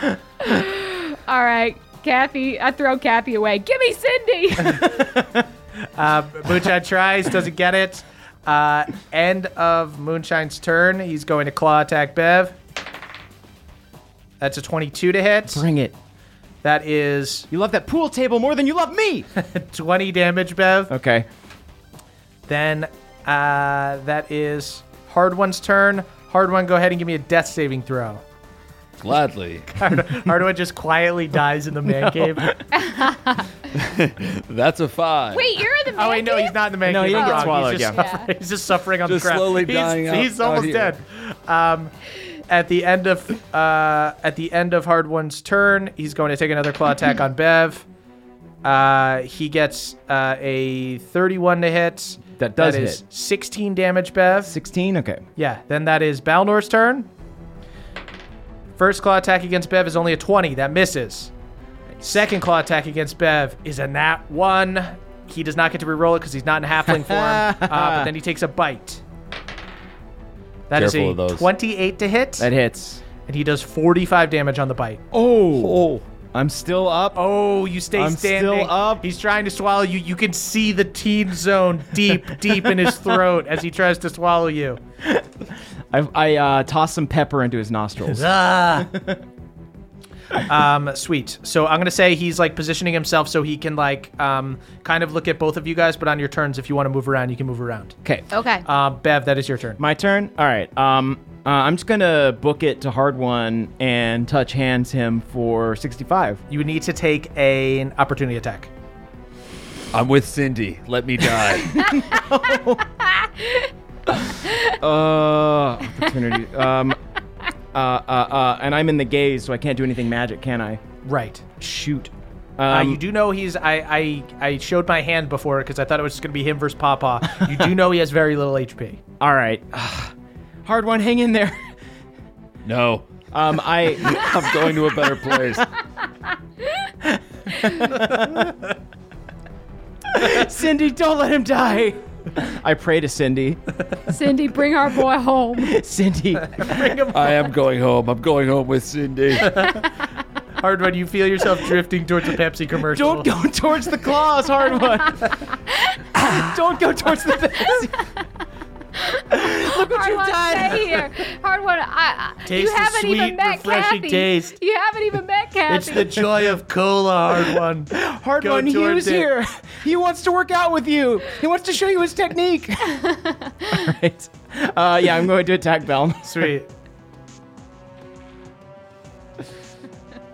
S4: it wasn't real.
S2: (laughs)
S4: All right, Kathy. I throw Kathy away. Give me
S2: (laughs)
S4: Cindy.
S2: Moonshine tries, doesn't get it. Uh, end of Moonshine's turn. He's going to claw attack Bev. That's a 22 to hit.
S5: Bring it.
S2: That is
S5: You love that pool table more than you love me.
S2: 20 damage, Bev.
S5: okay.
S2: Then uh, that is Hard One's turn. Hard One, go ahead and give me a death saving throw.
S3: Gladly.
S2: Hard One just quietly dies in the man cave.
S3: That's a five.
S4: Wait, you're in the.
S2: Oh, wait, no,
S4: man
S2: he's not in the man
S5: No,
S2: cave.
S5: he didn't
S2: I'm
S5: get
S2: wrong.
S5: swallowed,
S2: He's just
S4: yeah.
S2: suffering- (laughs) He's just suffering on
S3: Just
S2: the ground.
S3: slowly
S2: he's,
S3: dying out- Oh,
S2: He's
S3: out
S2: almost
S3: here.
S2: dead. Um, at the end of uh, at the end of Hard One's turn, he's going to take another claw attack
S3: (clears throat)
S2: on Bev. Uh, he gets uh, a 31 to hit.
S5: That does
S2: That is
S5: hit.
S2: 16 damage, Bev.
S5: 16. Okay.
S2: Yeah, then that is Balnor's turn. First claw attack against Bev is only a 20. That misses. Second claw attack against Bev is a nat 1. He does not get to reroll it because he's not in halfling form. uh, but then he takes a bite. That is
S3: Careful of
S2: a
S3: those.
S2: 28 to hit,
S5: That hits.
S2: and he does 45 damage on the bite.
S5: Oh. I'm still up.
S2: Oh, you stay
S5: I'm
S2: standing.
S5: still up.
S2: He's trying to swallow you. You can see the teen zone deep, deep in his throat as he tries to swallow you.
S5: I, I uh, toss some pepper into his (laughs) nostrils.
S2: um, sweet. So I'm gonna say he's like positioning himself so he can like um, kind of look at both of you guys, but on your turns, if you want to move around, you can move around.
S5: okay.
S4: Okay.
S2: Uh, Bev, that is your turn.
S5: My turn. All right. Um, uh, I'm just gonna book it to hard one and touch hands him for 65.
S2: You need to take a- an opportunity attack.
S3: I'm with Cindy. Let me die.
S5: Uh,
S2: (laughs)
S5: opportunity. um, uh, uh, uh, and I'm in the gaze, so I can't do anything magic, can I?
S2: Right.
S5: Shoot. Um,
S2: uh, you do know he's. I, I I showed my hand before because I thought it was going to be him versus Papa. You do know he has very little HP.
S5: All right. (sighs) Hard one, hang in there. (laughs)
S3: No,
S5: Um, I
S2: (laughs)
S3: I'm going to a better place.
S5: Cindy, don't let him die. I pray to Cindy.
S4: Cindy, bring our boy
S2: (laughs)
S4: home.
S5: Cindy,
S3: I am going home. I'm going home with Cindy.
S2: Hard one. You feel yourself drifting towards a Pepsi commercial.
S5: don't go towards the
S2: (laughs)
S5: claws, hard one. don't go towards the face.
S4: Look what
S5: you've done.
S4: Stay here. Hard one. I, I,
S2: Taste
S4: you
S2: the
S4: haven't even
S2: sweet,
S4: met
S2: refreshing
S4: Kathy.
S2: taste.
S4: You haven't even met Kathy.
S2: It's the joy of cola, hard one.
S5: Hard
S2: Go
S5: one,
S2: towards
S5: Hughes
S2: it.
S5: here. He wants to work out with you. He wants to show you his
S2: (laughs)
S5: technique. (laughs) All right. Uh, yeah, I'm going to attack Valm.
S2: Sweet.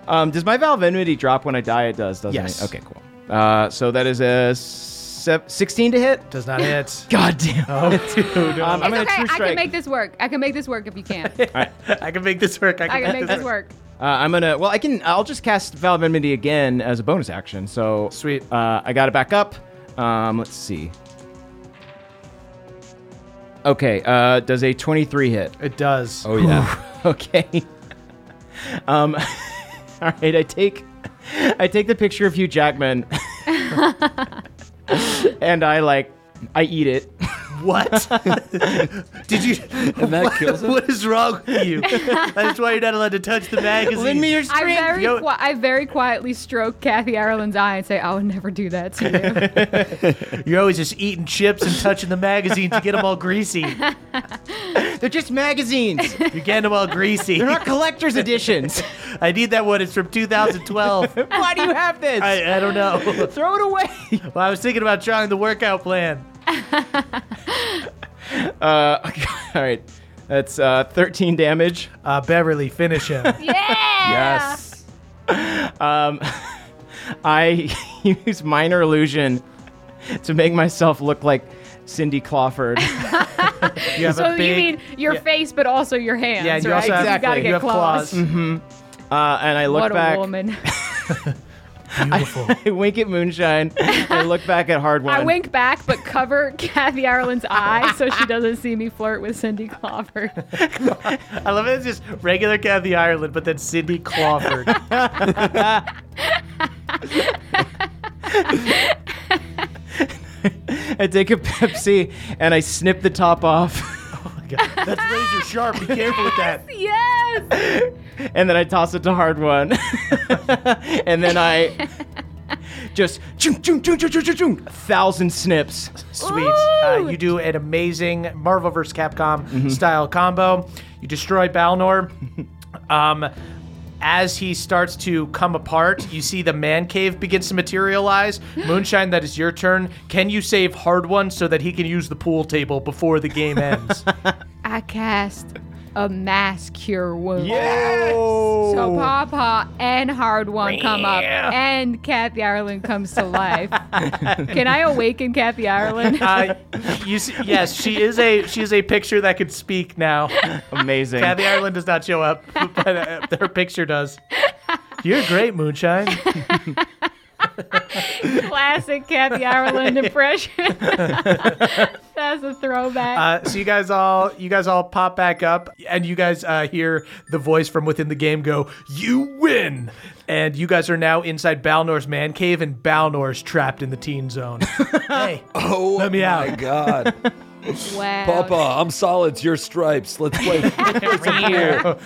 S5: Um, does my Valvenity drop when I die? It does, doesn't
S2: Yes.
S5: it? Okay, cool. Uh, so that is a sev- 16 to hit.
S2: Does not
S5: (laughs)
S2: hit.
S5: God damn.
S2: Oh, dude.
S5: Um, I'm
S4: It's
S5: going to true
S4: okay. I
S5: strike.
S4: can make this work. I can make this work if you
S2: (laughs)
S4: can.
S2: I can make this work. I can,
S4: I can make this work.
S5: Uh, I'm gonna. Well, I can. I'll just cast Valve Enmity again as a bonus action. So
S2: Sweet.
S5: Uh, I got it back up. Um, let's see. Okay. Uh, does a 23 hit?
S2: It does.
S3: Oh yeah.
S5: (laughs) Okay. um. (laughs) all right. I take. (laughs) I take the picture of Hugh Jackman. (laughs) and I like. I eat it.
S2: What? Did you?
S3: And that kills him?
S2: What is wrong with you? That's why you're not allowed to touch the magazine.
S5: Lend me your
S4: I
S5: strength.
S4: very,
S2: yo-
S4: qui- I very quietly stroke Kathy Ireland's eye and say, "I would never do that to you."
S2: You're always just eating chips and touching the magazine to get them all greasy. You're
S5: They're just magazines.
S2: getting them all greasy. (laughs)
S5: They're not collector's editions.
S2: I need that one. It's from 2012.
S5: Why do you have this?
S2: I, I don't know.
S5: Throw it away.
S2: Well, I was thinking about trying the workout plan.
S5: Uh, (laughs) okay, all right. That's uh, 13 damage.
S2: Uh, Beverly, finish him.
S4: yeah.
S3: Yes.
S5: Um, I (laughs) use minor illusion to make myself look like Cindy
S4: (laughs)
S5: Clawford.
S2: You have
S4: So
S2: a big.
S4: you mean your face, but also your hands?
S2: yeah, you
S4: right?
S2: also have,
S4: you gotta
S2: you
S4: get
S2: have claws.
S4: (laughs)
S2: Mm,
S5: Uh, and I look
S4: What
S5: back.
S4: a woman!
S2: Beautiful.
S5: I (laughs) wink at Moonshine. I look back at Hard One.
S4: I wink back, but
S2: (laughs)
S4: cover Kathy Ireland's eye so she doesn't see me flirt with
S2: (laughs)
S4: Cindy Clobber.
S2: I love it. It's just regular Kathy Ireland, but then Cindy Clawford.
S5: I take a Pepsi and I snip the top off. (laughs)
S2: That's razor sharp. Be careful with that.
S4: yes.
S5: and then I toss it to Hard One. (laughs) and then I just chung, chung, chung, chung, chung, chung, chung, a thousand snips.
S2: Sweet. Uh, you do an amazing Marvel vs. Capcom style combo. You destroy Balnor. um, as he starts to come apart, you see the man cave begins to materialize. Moonshine, that is your turn. Can you save Hard One so that he can use the pool table before the game ends?
S4: I cast a mass cure wound.
S5: Yes!
S4: So Papa and Hard One come up, and Kathy Ireland comes
S2: (laughs)
S4: to life. Can I awaken Kathy Ireland?
S2: uh, you see, yes, she is a she is a picture that could speak now.
S5: Amazing.
S2: Kathy Ireland does not show up, (laughs) but uh, her picture does. You're great, Moonshine.
S4: Classic
S2: (laughs)
S4: Kathy Ireland impression. (laughs) That's a throwback.
S2: Uh, so you guys all you guys all pop back up, and you guys uh, hear the voice from within the game go, "You win!" And you guys are now inside Balnor's man cave, and Balnor's trapped in the teen
S5: (laughs)
S2: zone. hey,
S3: Oh
S2: Let me
S3: my
S2: out.
S3: God,
S2: (laughs)
S4: wow.
S3: Papa! I'm solids. Your stripes. Let's
S2: (laughs)
S3: play.
S2: Papa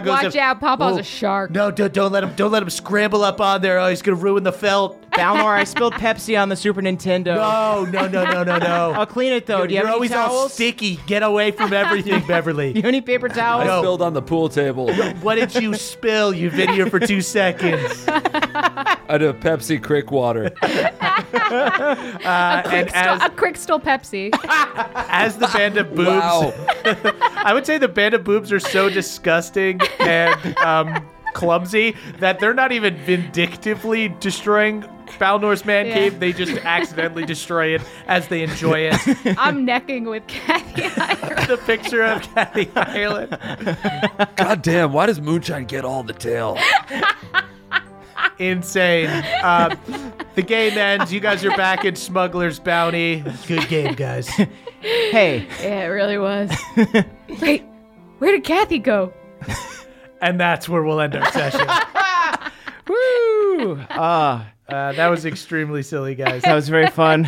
S2: goes.
S4: Watch
S2: up-
S4: out, Papa's
S2: Oh,
S4: a shark.
S2: No, don't, don't let him. Don't let him scramble up on there. Oh, he's gonna ruin the felt.
S5: (laughs) Balnor, I spilled Pepsi on the Super Nintendo.
S2: No, no, no, no, no,
S5: (laughs) I'll
S2: no.
S5: clean it though. Do you
S2: You're
S5: have
S2: always
S5: any
S2: all
S5: towels?
S2: sticky. Get away from
S5: (laughs)
S2: everything,
S5: Do you
S2: Beverly.
S5: have any (laughs) paper
S3: I
S5: towels?
S2: No.
S3: spilled on the pool table.
S2: What did you spill? You've been here for two
S5: (laughs)
S2: seconds.
S3: I do Pepsi Crick water.
S2: Uh, and as
S4: a quick still Pepsi.
S2: (laughs) as the band of boobs,
S3: Wow.
S2: I would say the band of boobs are so disgusting and um, clumsy that they're not even vindictively destroying Balnor's man
S4: Yeah.
S2: cave. They just accidentally destroy it as they enjoy it.
S4: I'm necking with Kathy
S2: (laughs)
S4: Ireland.
S2: the picture of Kathy Ireland.
S3: God damn! Why does Moonshine get all the tail?
S2: insane. Uh, the game ends. You guys are back in Smuggler's Bounty. Good game, guys.
S5: Hey,
S4: Yeah, it really was. Wait, where did Kathy go?
S2: (laughs) and that's where we'll end our session.
S5: woo! Uh,
S2: Uh, that was extremely silly, guys.
S5: that was very fun.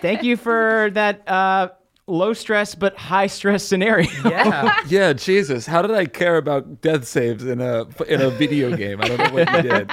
S5: Thank you for that uh, low stress but high stress scenario.
S2: Yeah.
S3: Yeah, Jesus. How did I care about death saves in a in a video game? I don't know what you did.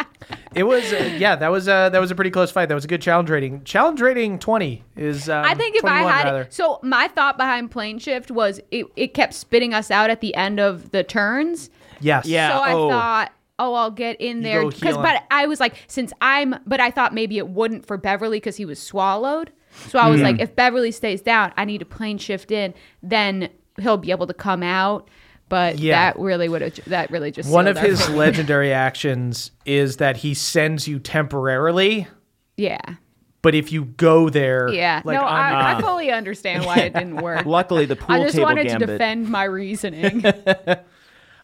S2: It was, uh, yeah, that was uh, that was a pretty close fight. That was a good challenge rating. Challenge rating twenty is. Um,
S4: I think if I
S2: 21,
S4: had
S2: rather.
S4: so my thought behind plane shift was it, it kept spitting us out at the end of the turns.
S2: yes,
S5: Yeah.
S4: so I
S5: oh.
S4: thought, oh, I'll get in there
S2: go
S4: because,
S2: healing.
S4: but I was like, since I'm, but I thought maybe it wouldn't for Beverly because he was swallowed. So I was
S5: Mm-hmm.
S4: like, if Beverly stays down, I need to plane shift in, then he'll be able to come out. But
S2: Yeah.
S4: that really would have that really just
S2: One
S4: sealed
S2: of
S4: our
S2: his
S5: (laughs)
S4: fate. (laughs)
S2: legendary actions is that he sends you temporarily,
S4: yeah
S2: but if you go there,
S4: yeah
S2: like
S4: no
S2: on
S4: I, I fully understand why
S5: (laughs)
S4: it didn't
S5: (laughs)
S4: work.
S5: um, Luckily, the pool
S4: I just
S5: table
S4: wanted
S5: gambit.
S4: to defend
S5: (laughs)
S4: my reasoning.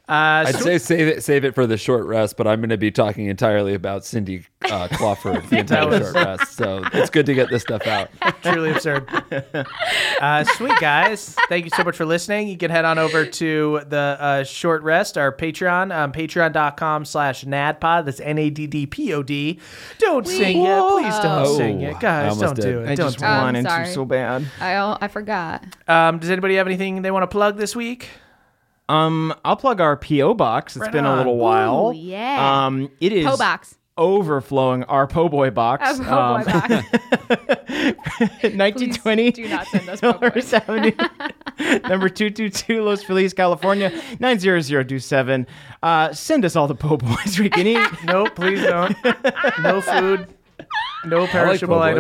S3: I'd say save it save it for the short rest, but I'm going to be talking entirely about Cindy uh, Clawford the entire
S2: was-
S3: short rest. So it's good to get this stuff out.
S2: truly absurd.
S4: (laughs)
S2: Uh, sweet guys, thank you so much for listening. You can head on over to the uh, short rest, our Patreon, um, Patreon.com/slash NADPod. That's N-A-D-D-P-O-D. Don't sing it, please don't
S3: Oh,
S2: sing it,
S3: I
S2: guys. Don't
S3: almost did.
S2: do it.
S5: I
S2: don't
S5: just
S2: do it.
S4: I'm
S5: wanted to
S4: sorry.
S5: so bad.
S4: I all, I forgot.
S2: Um, does anybody have anything they want to plug this week?
S5: Um, I'll plug our PO box. It's
S2: Right
S5: been
S2: on.
S5: a little while.
S4: Ooh, yeah.
S5: Um, it is
S4: Po box. (laughs)
S5: overflowing our po boy box. (laughs)
S4: Oh, boy,
S5: um,
S4: bye. Please
S5: 1920.
S4: do not send
S5: (laughs)
S4: us
S5: Number
S4: Pokemon.
S5: 70, number 222, Los Feliz, California, 90027. Uh, send us all the po' boys we can
S4: (laughs)
S5: eat.
S2: No, please don't. No food. No perishable
S3: Boys.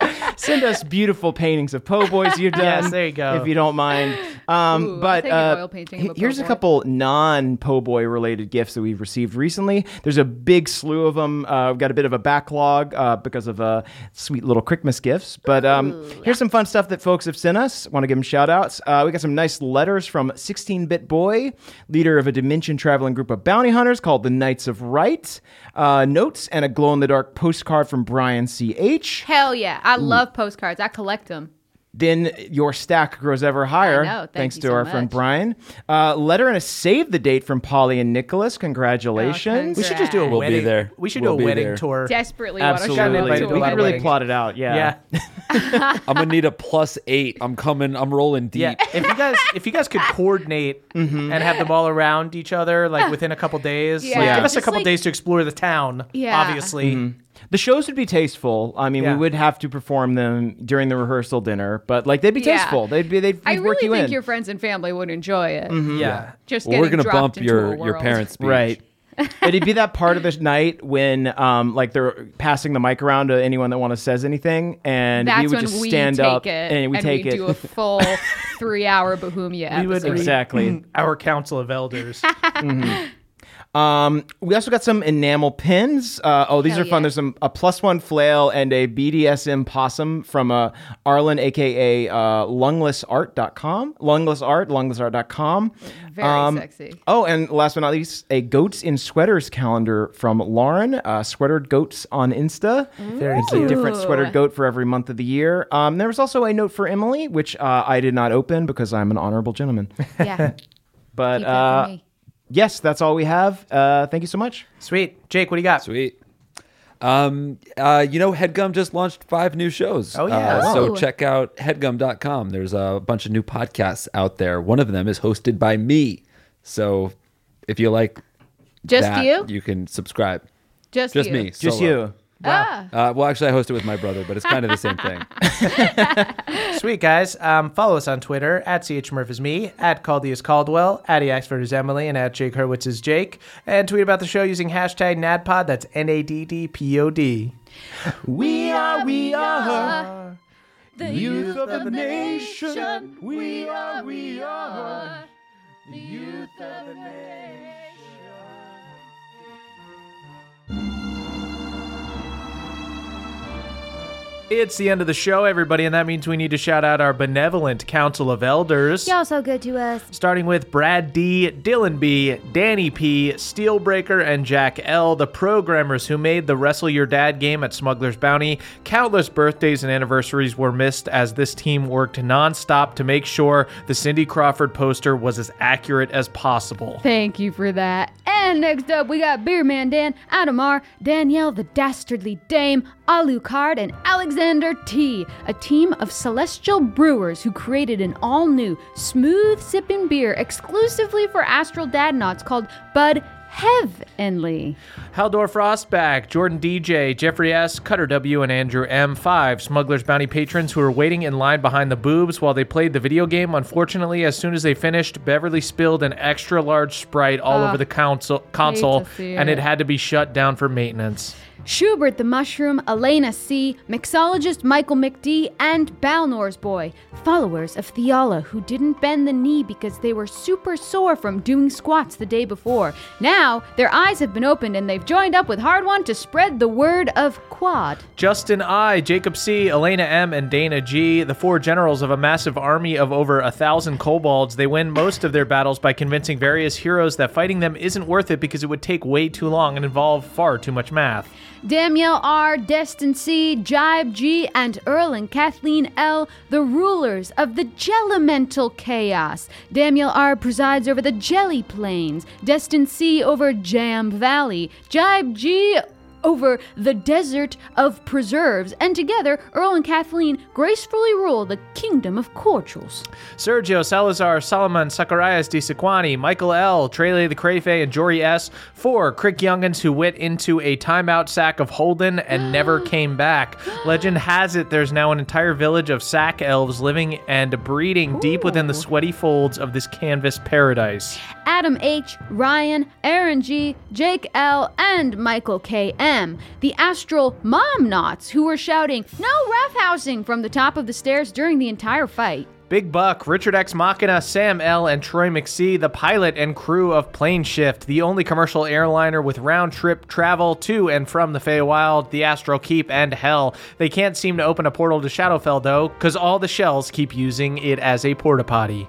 S2: items.
S5: Send us beautiful paintings of po' boys you've done.
S2: Yes, there you go.
S5: If you don't mind. Um,
S4: Ooh, I'll
S5: but
S4: take an
S5: uh,
S4: oil painting
S5: he-
S4: of a
S5: here's a
S4: po' boy.
S5: couple non po' boy related gifts that we've received recently. There's a big slew of them. Uh, we've got a bit of a backlog uh, because of uh, sweet little Christmas gifts. But um, here's some fun stuff that folks have sent us. Want to give them shout outs. Uh, we got some nice letters from 16 Bit Boy, leader of a dimension traveling group of bounty hunters called the Knights of Right. Uh, notes and a glow in the dark postcard from Brian C.H.
S4: Hell yeah. I love postcards. I collect them.
S5: then your stack grows ever higher.
S4: I know. Thank
S5: thanks
S4: you
S5: to
S4: so
S5: our friend
S4: much.
S5: Brian. Uh, letter and a save the date from Polly and Nicholas.
S4: Oh,
S5: Congratulations.
S2: We should just do a
S3: We'll be
S2: wedding.
S3: there.
S2: We should
S3: We'll
S2: do a
S3: be
S2: wedding
S3: there.
S2: tour.
S4: (laughs) Desperately
S2: Got invited
S4: want to
S2: to
S4: show
S2: a
S5: Absolutely.
S4: them
S5: We
S2: lot
S5: could
S2: of
S5: really
S2: weddings.
S5: plot it out.
S2: Yeah.
S5: Yeah.
S3: I'm going to need a plus 8. I'm coming. I'm rolling
S2: (laughs)
S3: deep. (laughs)
S2: Yeah. If you guys if you guys could coordinate
S5: Mm-hmm.
S2: and have them all around each other, like within a couple days. Like,
S4: Yeah.
S2: give us a
S4: Just
S2: couple
S4: like-
S2: days to explore the town.
S4: Yeah.
S2: Obviously.
S3: Mm-hmm.
S5: The shows would be tasteful. I mean,
S2: Yeah.
S5: we would have to perform them during the rehearsal dinner, but like they'd be
S4: Yeah.
S5: tasteful. They'd be they'd,
S4: I
S5: we'd work
S4: really
S5: you
S4: think
S5: in. Mm-hmm.
S4: your friends and family would enjoy it.
S2: Yeah.
S4: Just
S3: Well,
S4: getting
S3: we're going to
S4: dropped
S3: bump
S4: into a
S3: your, your
S4: world.
S3: parents' speech.
S5: Right. (laughs) It'd be that part of the night when, um, like, they're passing the mic around to anyone that wants to says anything, and
S4: That's
S5: we would
S4: when
S5: just
S4: we
S5: stand
S4: take
S5: up
S4: it
S5: and we take it.
S4: do a
S5: (laughs)
S4: full three-hour Bohemia episode.
S2: We would read
S5: Exactly.
S2: Our council of
S4: (laughs)
S2: elders.
S5: Um, we also got some enamel pins. Uh, oh, these
S4: Hell
S5: are fun.
S4: yeah.
S5: There's some a plus one flail and a BDSM possum from uh, Arlen, aka uh, lunglessart.com. Lungless art, lunglessart.com.
S4: Very sexy.
S5: Oh, and last but not least, a goats in sweaters calendar from Lauren. Uh, sweatered goats on Insta. There's a different sweatered goat for every month of the year. Um, there was also a note for Emily, which uh, I did not open because I'm an honorable gentleman.
S4: Yeah.
S5: (laughs) But
S4: Keep that
S5: uh,
S4: for me.
S5: yes, that's all we have. Uh, thank you so much.
S2: Sweet. Jake, what do you got?
S3: Sweet. Um, uh, you know, Headgum just launched five new shows.
S2: Oh, yeah.
S3: Uh, so
S4: Whoa.
S3: check out headgum.com. There's a bunch of new podcasts out there. One of them is hosted by me. So if you like
S4: Just
S3: that,
S4: you?
S3: can subscribe.
S4: Just,
S3: Just
S4: you.
S3: me.
S5: Just
S3: solo.
S5: you.
S3: Uh, well, actually, I host it with my brother, but it's kind of the
S4: (laughs)
S3: same thing.
S2: Sweet guys, um, follow us on Twitter at chmurph is me, at Caldy is Caldwell, at Eaxford is Emily, and at Jake Hurwitz is Jake. And tweet about the show using hashtag NADPod. That's N A D D P O D.
S5: We are, we are
S4: The
S5: youth of the nation. We are, we are the youth of the nation.
S2: It's the end of the show, everybody, and that means we need to shout out our benevolent Council of Elders.
S9: Y'all so good to us.
S2: starting with Brad D, Dylan B, Danny P, Steelbreaker, and Jack L, the programmers who made the Wrestle Your Dad game at Smuggler's Bounty. Countless birthdays and anniversaries were missed as this team worked nonstop to make sure the Cindy Crawford poster was as accurate as possible.
S4: Thank you for that. And next up, we got Beer Man Dan, Adamar, Danielle the Dastardly Dame, Alucard, and Alexander T, a team of celestial brewers who created an all new, smooth sipping beer exclusively for Astral Dadnauts called Bud Heavenly.
S2: Haldor Frostback, Jordan DJ, Jeffrey S., Cutter W., and Andrew M. Five Smugglers Bounty patrons who were waiting in line behind the boobs while they played the video game. Unfortunately, as soon as they finished, Beverly spilled an extra large sprite all over the council, console,
S4: see
S2: and it
S4: it.
S2: had Ah, to be shut down for maintenance.
S4: Schubert the Mushroom, Elena C., mixologist Michael McD., and Balnor's Boy, followers of Theala who didn't bend the knee because they were super sore from doing squats the day before. Now, their eyes have been opened and they've joined up with Hard One to spread the word of quad.
S2: Justin I, Jacob C, Elena M, and Dana G, the four generals of a massive army of over a thousand kobolds. They win most of their battles by convincing various heroes that fighting them isn't worth it because it would take way too long and involve far too much math.
S4: Danielle R., Destin C., Jibe G., and Earl and Kathleen L., the rulers of the Jellimental Chaos. Danielle R. presides over the Jelly Plains, Destin C. over Jam Valley, Jibe G. over the Desert of Preserves, and together, Earl and Kathleen gracefully rule the Kingdom of Cordials.
S2: Sergio, Salazar, Solomon, Zacharias de Sequani, Michael L., Trele the Crafe, and Jory S. Four Crick Youngins who went into a timeout sack of Holden and never came back. Legend has it there's now an entire village of sack elves living and breeding deep within the sweaty folds of this canvas paradise.
S4: Adam H., Ryan, Aaron G., Jake L., and Michael K.M., the astral mom knots who were shouting, No roughhousing from the top of the stairs during the entire fight.
S2: Big Buck, Richard X Machina, Sam L, and Troy McSee, the pilot and crew of Plane Shift, the only commercial airliner with round trip travel to and from the Feywild, the Astral Keep, and Hell. They can't seem to open a portal to Shadowfell though, because all the shells keep using it as a porta potty.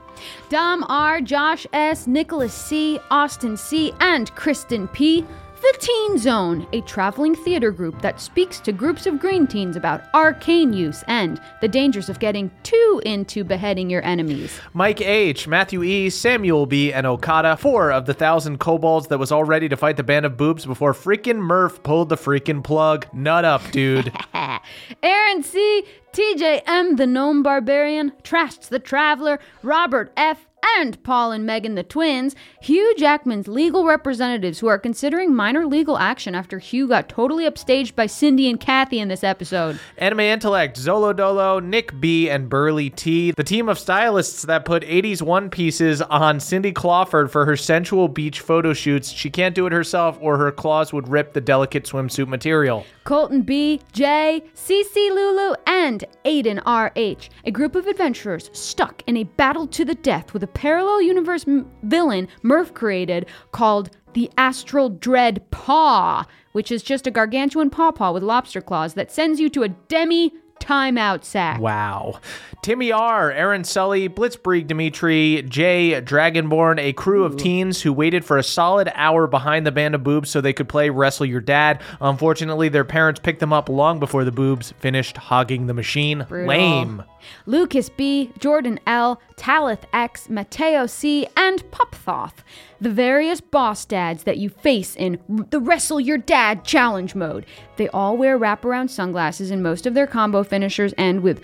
S4: Dom R., Josh S., Nicholas C., Austin C., and Kristen P. The Teen Zone, a traveling theater group that speaks to groups of green teens about arcane use and the dangers of getting too into beheading your enemies.
S2: Mike H, Matthew E, Samuel B, and Okada, four of the thousand kobolds that was all ready to fight the band of boobs before freaking Murph pulled the freaking plug. Nut up, dude.
S4: Aaron C., TJM the Gnome Barbarian, Trash the Traveler, Robert F., and Paul and Megan the twins, Hugh Jackman's legal representatives who are considering minor legal action after Hugh got totally upstaged by Cindy and Kathy in this episode.
S2: Anime Intellect, Zolodolo, Nick B, and Burley T, the team of stylists that put 80s one pieces on Cindy Clawford for her sensual beach photo shoots. She can't do it herself, or her claws would rip the delicate swimsuit material.
S4: Colton B., J., CC Lulu, and Aiden R.H., a group of adventurers stuck in a battle to the death with a parallel universe m- villain Murph created called the Astral Dread Paw, which is just a gargantuan pawpaw with lobster claws that sends you to a demi timeout sack.
S2: Wow. Timmy R, Aaron Sully, Blitzbrieg Dimitri, Jay Dragonborn, a crew of teens who waited for a solid hour behind the band of boobs so they could play Wrestle Your Dad. Unfortunately, their parents picked them up long before the boobs finished hogging the machine. Lame.
S4: Lucas B., Jordan L., Talith X., Mateo C., and Popthoth, the various boss dads that you face in the Wrestle Your Dad challenge mode. They all wear wraparound sunglasses, and most of their combo finishers end with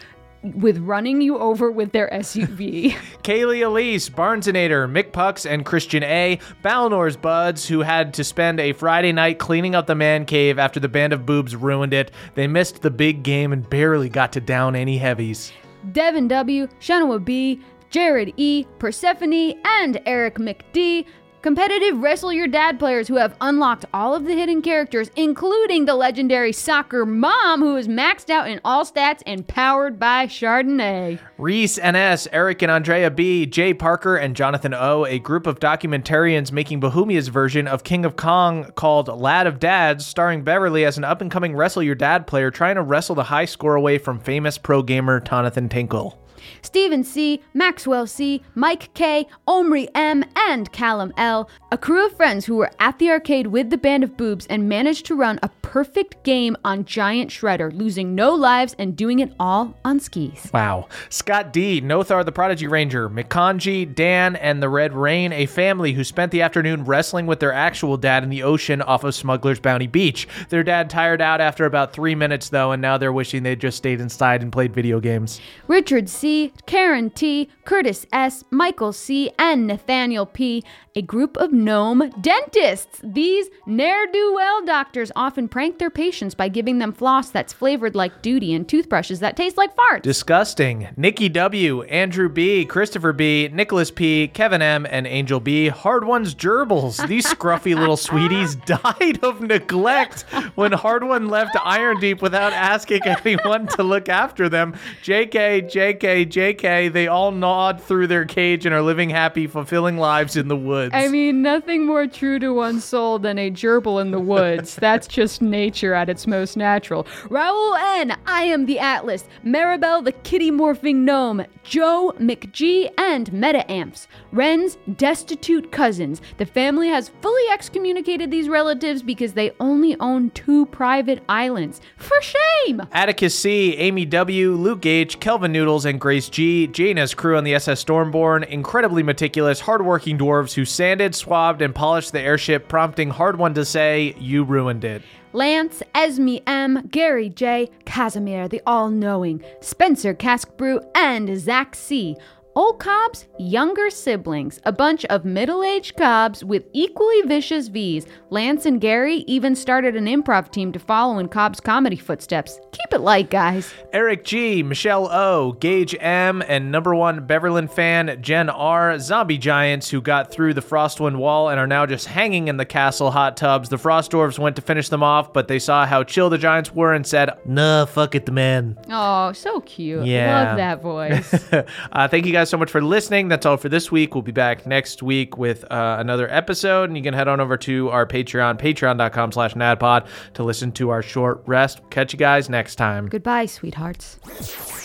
S4: with running you over with their (laughs) SUV.
S2: Kaylee Elise, Barnesinator, Mick Pucks, and Christian A. Balnor's buds, who had to spend a Friday night cleaning up the man cave after the band of boobs ruined it. They missed the big game and barely got to down any heavies.
S4: Devin W., Shanoa B., Jared E., Persephone, and Eric McD., Competitive Wrestle Your Dad players who have unlocked all of the hidden characters, including the legendary soccer mom who is maxed out in all stats and powered by Chardonnay.
S2: Reese NS, Eric and Andrea B, Jay Parker and Jonathan O, a group of documentarians making Bohemia's version of King of Kong called Lad of Dads, starring Beverly as an up and coming Wrestle Your Dad player trying to wrestle the high score away from famous pro gamer Jonathan Tinkle.
S4: Stephen C., Maxwell C., Mike K., Omri M., and Callum L., a crew of friends who were at the arcade with the band of boobs and managed to run a perfect game on Giant Shredder, losing no lives and doing it all on skis.
S2: Wow. Scott D, Nothar the Prodigy Ranger, Mikanji, Dan, and the Red Rain, a family who spent the afternoon wrestling with their actual dad in the ocean off of Smuggler's Bounty Beach. Their dad tired out after about three minutes, though, and now they're wishing they'd just stayed inside and played video games.
S4: Richard C., Karen T., Curtis S., Michael C., and Nathaniel P., a group of gnome dentists. These ne'er do well doctors often prank their patients by giving them floss that's flavored like duty and toothbrushes that taste like farts.
S2: Disgusting. Nikki W, Andrew B, Christopher B, Nicholas P, Kevin M, and Angel B. Hard ones gerbils. These scruffy little
S4: (laughs)
S2: sweeties died of neglect when Hard One left Iron Deep without asking anyone to look after them. JK, JK, JK. They all nod through their cage and are living happy, fulfilling lives in the woods.
S4: I mean, nothing more true to one's soul than a gerbil in the woods. That's just nature at its most natural. Raoul N., I am the Atlas, Maribel the kitty morphing gnome, Joe McGee, and Meta Amps, Wren's destitute cousins. The family has fully excommunicated these relatives because they only own two private islands. For shame!
S2: Atticus C, Amy W, Luke H, Kelvin Noodles, and Grace G, Jaina's crew on the SS Stormborn, incredibly meticulous, hardworking dwarves who sanded, swabbed, and polished the airship, prompting Hard One to say, "You ruined it."
S4: Lance, Esme M, Gary J, Casimir the All Knowing, Spencer Caskbrew, and Zach C. Old Cobs, younger siblings, a bunch of middle aged Cobs with equally vicious V's. Lance and Gary even started an improv team to follow in Cobb's comedy footsteps. Keep it light, guys.
S2: Eric G, Michelle O, Gage M, and number one Beverlyn fan Jen R, zombie giants who got through the Frostwind wall and are now just hanging in the castle hot tubs. The Frost Dwarves went to finish them off, but they saw how chill the giants were and said, "Nah, fuck it, the man."
S4: Oh, so cute.
S2: Yeah.
S4: Love that (laughs) voice.
S2: (laughs) uh, thank you guys so much for listening. That's all for this week. We'll be back next week with uh, another episode, and you can head on over to our Patreon, patreon.com slash nadpod to listen to our short rest. Catch you guys next time.
S4: Goodbye, sweethearts.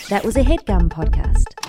S10: That was a headgum podcast.